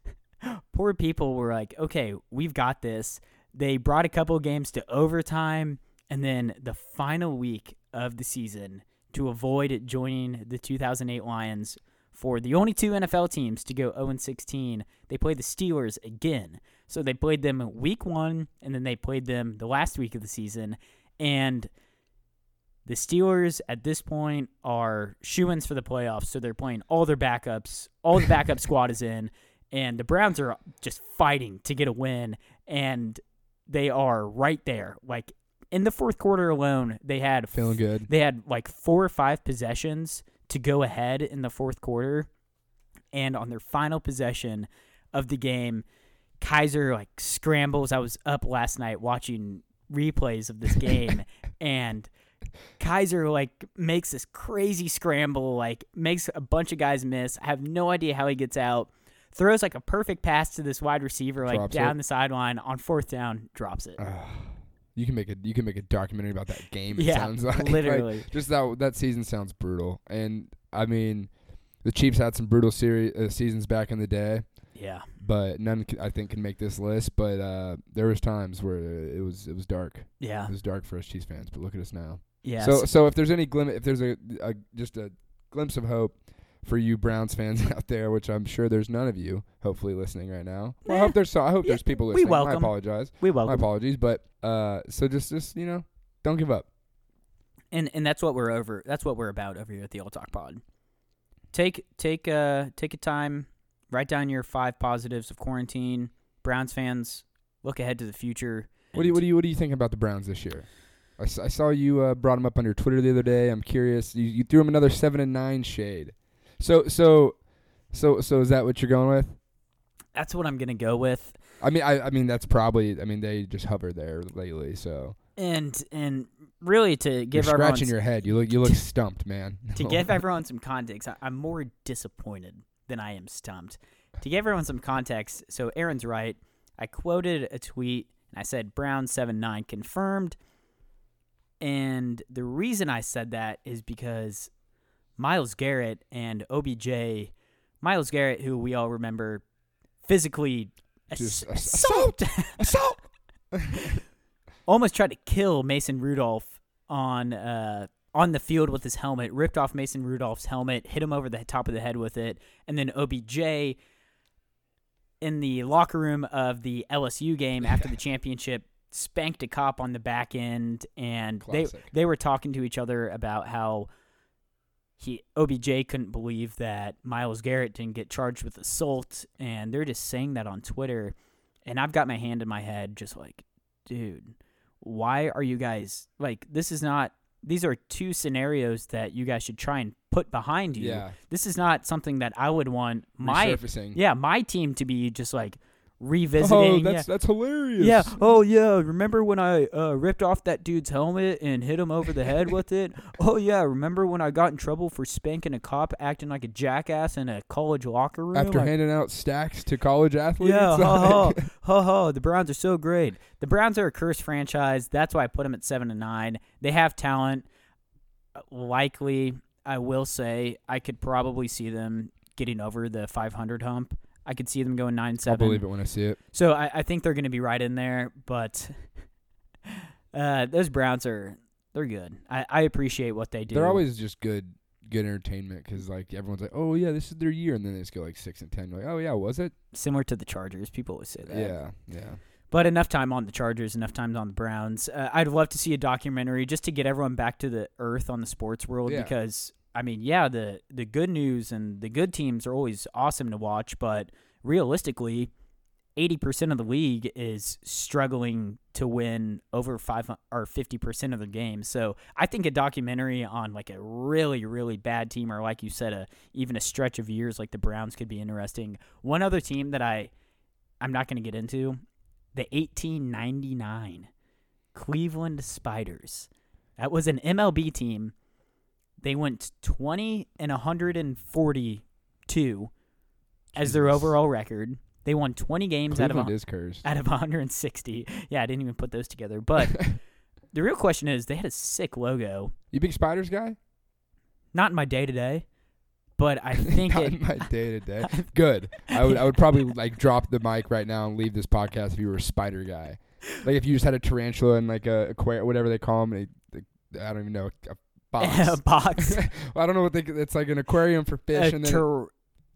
poor people, were like, "Okay, we've got this." They brought a couple games to overtime, and then the final week of the season to avoid joining the 2008 Lions for the only two NFL teams to go 0 16. They played the Steelers again, so they played them week one, and then they played them the last week of the season, and the Steelers at this point are shoo-ins for the playoffs, so they're playing all their backups. All the backup squad is in, and the Browns are just fighting to get a win, and they are right there. Like in the fourth quarter alone, they had Feeling good. they had like four or five possessions to go ahead in the fourth quarter, and on their final possession of the game, Kaiser like scrambles. I was up last night watching replays of this *laughs* game, and Kaiser like makes this crazy scramble, like makes a bunch of guys miss. I have no idea how he gets out. Throws like a perfect pass to this wide receiver, like Drops down it. the sideline on fourth down, drops it. You can make a you can make a documentary about that game. It Yeah, sounds *laughs* like Like, literally. just that that season sounds brutal. And I mean, the Chiefs had some brutal series uh, seasons back in the day, yeah, but none c- I think can make this list. But uh, there was times where it was it was dark. yeah, It was dark for us Chiefs fans. But look at us now. yeah. So so if there's any glim if there's a, a just a glimpse of hope for you Browns *laughs* fans out there, which I'm sure there's none of you hopefully listening right now. Well, I Nah. hope there's so, I hope Yeah, there's people we listening. I welcome. apologize. we My welcome, apologies, but uh, so just just you know, don't give up. and and that's what we're over. That's what we're about over here at the All Talk Pod. Take take uh take a time, write down your five positives of quarantine. Browns fans, look ahead to the future. What do you what do you what do you think about the Browns this year? I, s- I saw you uh, brought them up on your Twitter the other day. I'm curious. You, you threw them another seven and nine shade. So so so so is that what you're going with? That's what I'm gonna go with. I mean I I mean that's probably I mean they just hover there lately. So and and really to give you're everyone scratching your head. You look *laughs* you look stumped, man. *laughs* to give everyone some context, I, I'm more disappointed than I am stumped. To give everyone some context, so Aaron's right. I quoted a tweet and I said Brown seven nine confirmed, and the reason I said that is because Miles Garrett and OBJ, Miles Garrett, who we all remember, physically Just ass- assault! assault. almost tried to kill Mason Rudolph on uh, on the field with his helmet, ripped off Mason Rudolph's helmet, hit him over the top of the head with it, and then OBJ in the locker room of the LSU game after the championship spanked a cop on the back end and Classic. they they were talking to each other about how he OBJ couldn't believe that Miles Garrett didn't get charged with assault and they're just saying that on Twitter and I've got my hand in my head just like dude why are you guys like this is not these are two scenarios that you guys should try and put behind you Yeah. this is not something that I would want my resurfacing. yeah my team to be just like Oh, revisiting that's that's hilarious. yeah. yeah oh yeah remember when i uh, ripped off that dude's helmet and hit him over the head with *laughs* it oh yeah remember when i got in trouble for spanking a cop acting like a jackass in a college locker room After Like, handing out stacks to college athletes. *laughs* yeah, ho ho, *laughs* like- ho ho. The Browns are so great. The Browns are a cursed franchise. That's why I put them at seven and nine. They have talent. Uh, Likely, I will say, I could probably see them getting over the 500 hump. I could see them going nine I'll seven. believe it when I see it. So I, I think they're going to be right in there, but *laughs* uh, those Browns are they're good. I, I appreciate what they do. They're always just good, good entertainment because like everyone's like, oh yeah, this is their year, and then they just go like six and ten. You're like, oh yeah, was it? similar to the Chargers. People always say that. Yeah, yeah. But enough time on the Chargers, enough time on the Browns. Uh, I'd love to see a documentary just to get everyone back to the earth on the sports world Yeah. because I mean, yeah, the the good news and the good teams are always awesome to watch, but realistically, 80% of the league is struggling to win over 5 or 50% of the game. So, I think a documentary on like a really really bad team or like you said a even a stretch of years like the Browns could be interesting. One other team that I I'm not going to get into the 1899 Cleveland Spiders. That was an MLB team. They went 20 and 142 as their Jesus. overall record. They won 20 games out Cleveland of a- is cursed. out of 160. Yeah, I didn't even put those together. *laughs* But the real question is, they had a sick logo. you big spiders guy? Not in my day to day, but *laughs* I think Not it, in my day to day. Good. I would I would probably like drop the mic right now and leave this podcast if you were a spider guy. Like if you just had a tarantula and like a aquarium, whatever they call them. I don't even know a *laughs* *laughs* a box. box. I don't know what they. It's like an aquarium for *laughs* fish A and then ter-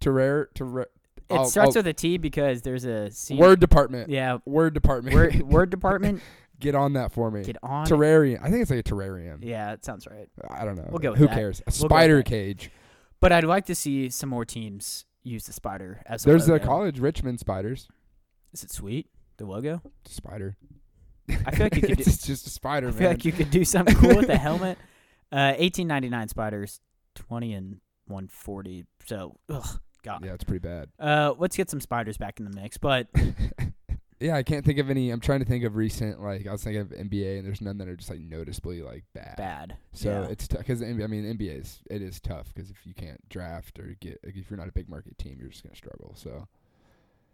terrar- terrar- it I'll- starts I'll- with a T because there's a C. Oh, word department. Yeah, Word department. *laughs* word, word department. Get on that for me. Get on. Terrarium. I think it's like a terrarium. yeah, that sounds right. I don't know. We'll go with Who that. cares? A We'll go with spider that. cage. But I'd like to see some more teams use the spider as a There's the logo. college Richmond spiders. Is it sweet? The logo? Spider. I feel *laughs* like you could. do, it's just a spider, I man. feel like you could *laughs* do something cool with the helmet. Uh, eighteen ninety nine spiders, twenty and one forty. So, ugh, God. yeah, it's pretty bad. *laughs* Uh, let's get some spiders back in the mix. But yeah, I can't think of any. I'm trying to think of recent. Like I was thinking of NBA, and there's none that are just like noticeably like bad. bad. So yeah. it's tough because I mean NBA is it is tough because if you can't draft or get like, if you're not a big market team, you're just gonna struggle. So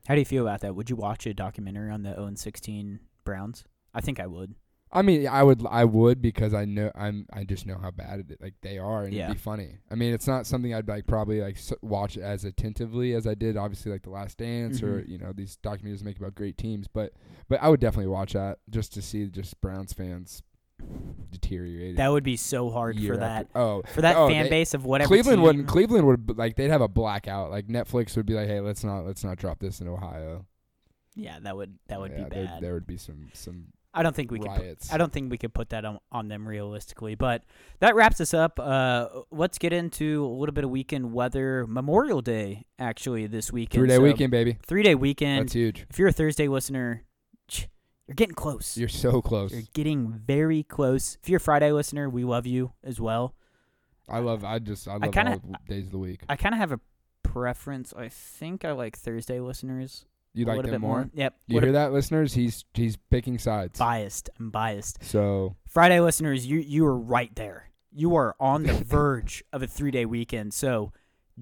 How do you feel about that? Would you watch a documentary on the 0 16 Browns? I think I would. I mean, I would I would because I know I'm I just know how bad it like they are and Yeah. it'd be funny. I mean, it's not something I'd like probably like s- watch as attentively as I did obviously like The Last Dance or Mhm. you know these documentaries make about great teams, but but I would definitely watch that just to see just Browns fans deteriorated. That would be so hard year for that after- Oh, for that oh, fan they- base of whatever. Cleveland team. wouldn't. Cleveland would like they'd have a blackout. Like Netflix would be like, hey, let's not let's not drop this in Ohio. Yeah, that would that would Yeah, be there- bad. There would be some some I don't think we could. Put, riots. I don't think we could put that on, on them realistically. But that wraps us up. Uh, let's get into a little bit of weekend weather. Memorial Day actually this weekend. Three day so weekend, baby. Three day weekend. That's huge. if you're a Thursday listener, ch- you're getting close. You're so close. You're getting very close. If you're a Friday listener, we love you as well. I love. I just. I love kinda- all the days of the week. I kind of have a preference. I think I like Thursday listeners You a like little them bit more. Yep. You What a- hear that, listeners? He's he's picking sides. biased. I'm biased. So Friday listeners, you you are right there. You are on the verge of a three day weekend. So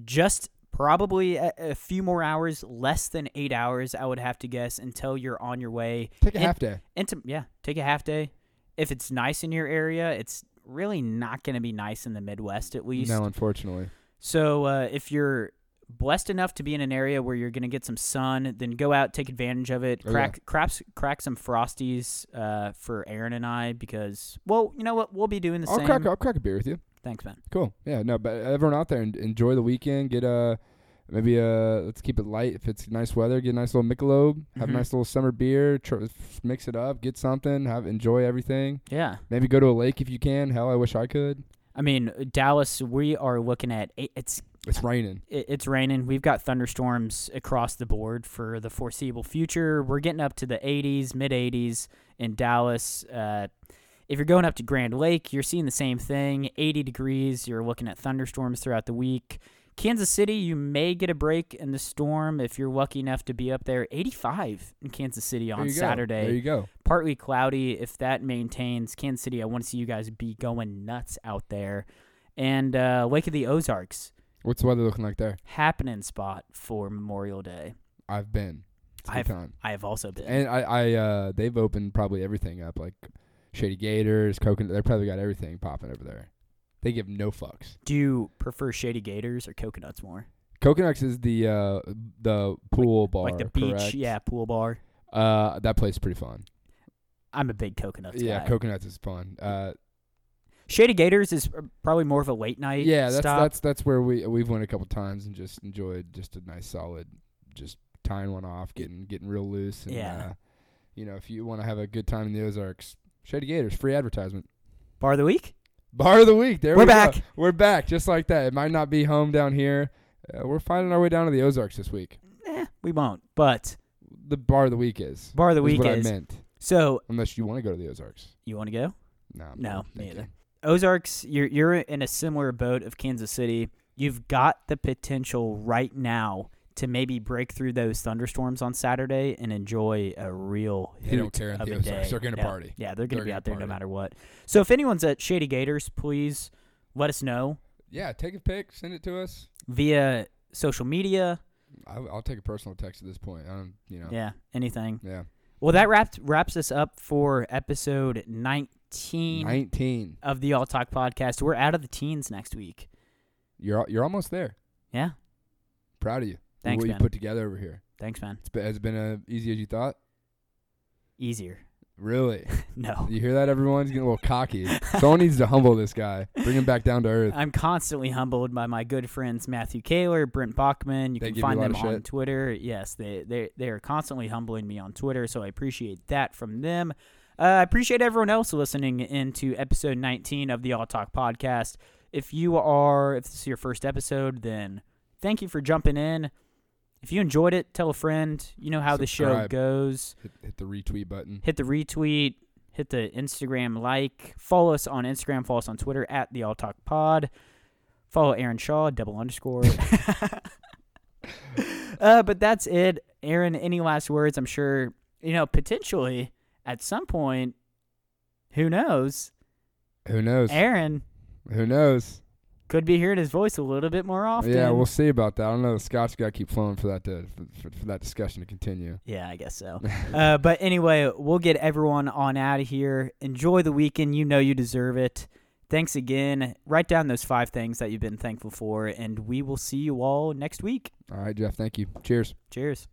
just probably a, a few more hours, less than eight hours, I would have to guess, until you're on your way take a And- half day. into yeah, take a half day. If it's nice in your area, it's really not going to be nice in the Midwest at least. No, unfortunately. So uh, if you're blessed enough to be in an area where you're going to get some sun, then go out, take advantage of it. Oh, yeah. Crack, craps, crack some frosties uh, for Aaron and I because, well, you know what? We'll be doing the I'll same. crack. I'll crack a beer with you. Thanks, man. Cool. Yeah. No, but everyone out there, en- enjoy the weekend. Get a. Maybe uh, let's keep it light. If it's nice weather, get a nice little Michelob. Have a Mhm. nice little summer beer. Tr- f- mix it up. Get something. Have enjoy everything. Yeah. Maybe go to a lake if you can. Hell, I wish I could. I mean, Dallas, we are looking at eight, it's It's raining. it- it's raining. We've got thunderstorms across the board for the foreseeable future. We're getting up to the 80s, mid 80s in Dallas. Uh, if you're going up to Grand Lake, you're seeing the same thing 80 degrees. You're looking at thunderstorms throughout the week. Kansas City, you may get a break in the storm if you're lucky enough to be up there. 85 in Kansas City There on you go. Saturday There you go. partly cloudy. If that maintains, Kansas City, I want to see you guys be going nuts out there. And uh, Lake of the Ozarks, What's the weather looking like there? happening spot for Memorial Day. I've been. It's a good I've- time. I have also been. And I, I uh, they've opened probably everything up, like Shady Gators, Coconut. They probably got everything popping over there. They give no fucks. Do you prefer Shady Gators or Coconuts more? Coconuts is the uh, the pool bar, like the beach, correct? yeah, pool bar. Uh, that place is pretty fun. I'm a big Coconuts yeah, guy. Coconuts is fun. Uh, Shady Gators is uh, probably more of a late night. yeah, that's stop. that's that's where we we've went a couple times and just enjoyed just a nice solid, just tying one off, getting getting real loose. And, Yeah. Uh, you know, if you want to have a good time in the Ozarks, Shady Gators, free advertisement. bar of the week. Bar of the week. There We're we go. back. We're back, just like that. It might not be home down here. Uh, we're finding our way down to the Ozarks this week. Eh, we won't, but The bar of the week is. bar of the is week what is. I meant. So Unless you want to go to the Ozarks. you want to go? No. I'm No, good. Thank neither. you. Ozarks, you're you're in a similar boat of Kansas City. You've got the potential right now to maybe break through those thunderstorms on Saturday and enjoy a real hoot They don't care in of the a day. Ozarks. They're going to No. party. Yeah, they're going They're to be gonna out there no party. matter what. So if anyone's at Shady Gators, please let us know Yeah, take a pic, send it to us. via social media. I, I'll take a personal text at this point. I don't, you know. Yeah, anything. Yeah. Well, that wraps wraps us up for episode 19 19. of the All Talk podcast. We're out of the teens next week. You're al- you're almost there. Yeah. Proud of you. Thanks, What man. you put together over here. Thanks, man. It's been, has it been uh, easy as you thought? Easier. *laughs* Really? No. You hear that, everyone? He's getting a little *laughs* cocky. Someone needs to humble this guy. Bring him back down to earth. I'm constantly humbled by my good friends Matthew Kaler, Brent Bachman. You They can give you find a lot them of on shit. Twitter. Yes, they they they are constantly humbling me on Twitter, so I appreciate that from them. Uh, I appreciate everyone else listening into episode 19 of the All Talk podcast. If you are, if this is your first episode, then thank you for jumping in. If you enjoyed it, tell a friend. You know how the show Subscribe. goes. Hit, hit the retweet button. Hit the retweet, hit the Instagram like, follow us on Instagram, follow us on Twitter at the All Talk Pod. Follow Aaron Shaw, double *laughs* underscore. uh, but that's it. Aaron, any last words? I'm sure, you know, potentially at some point, who knows? Who knows? Aaron Who knows? could be hearing his voice a little bit more often. Yeah, we'll see about that. I don't know. The Scott's got to keep flowing for that to, for, for that discussion to continue. Yeah, I guess so. *laughs* uh, but anyway, we'll get everyone on out of here. Enjoy the weekend. You know you deserve it. Thanks again. Write down those five things that you've been thankful for, and we will see you all next week. All right, Jeff. Thank you. Cheers. Cheers.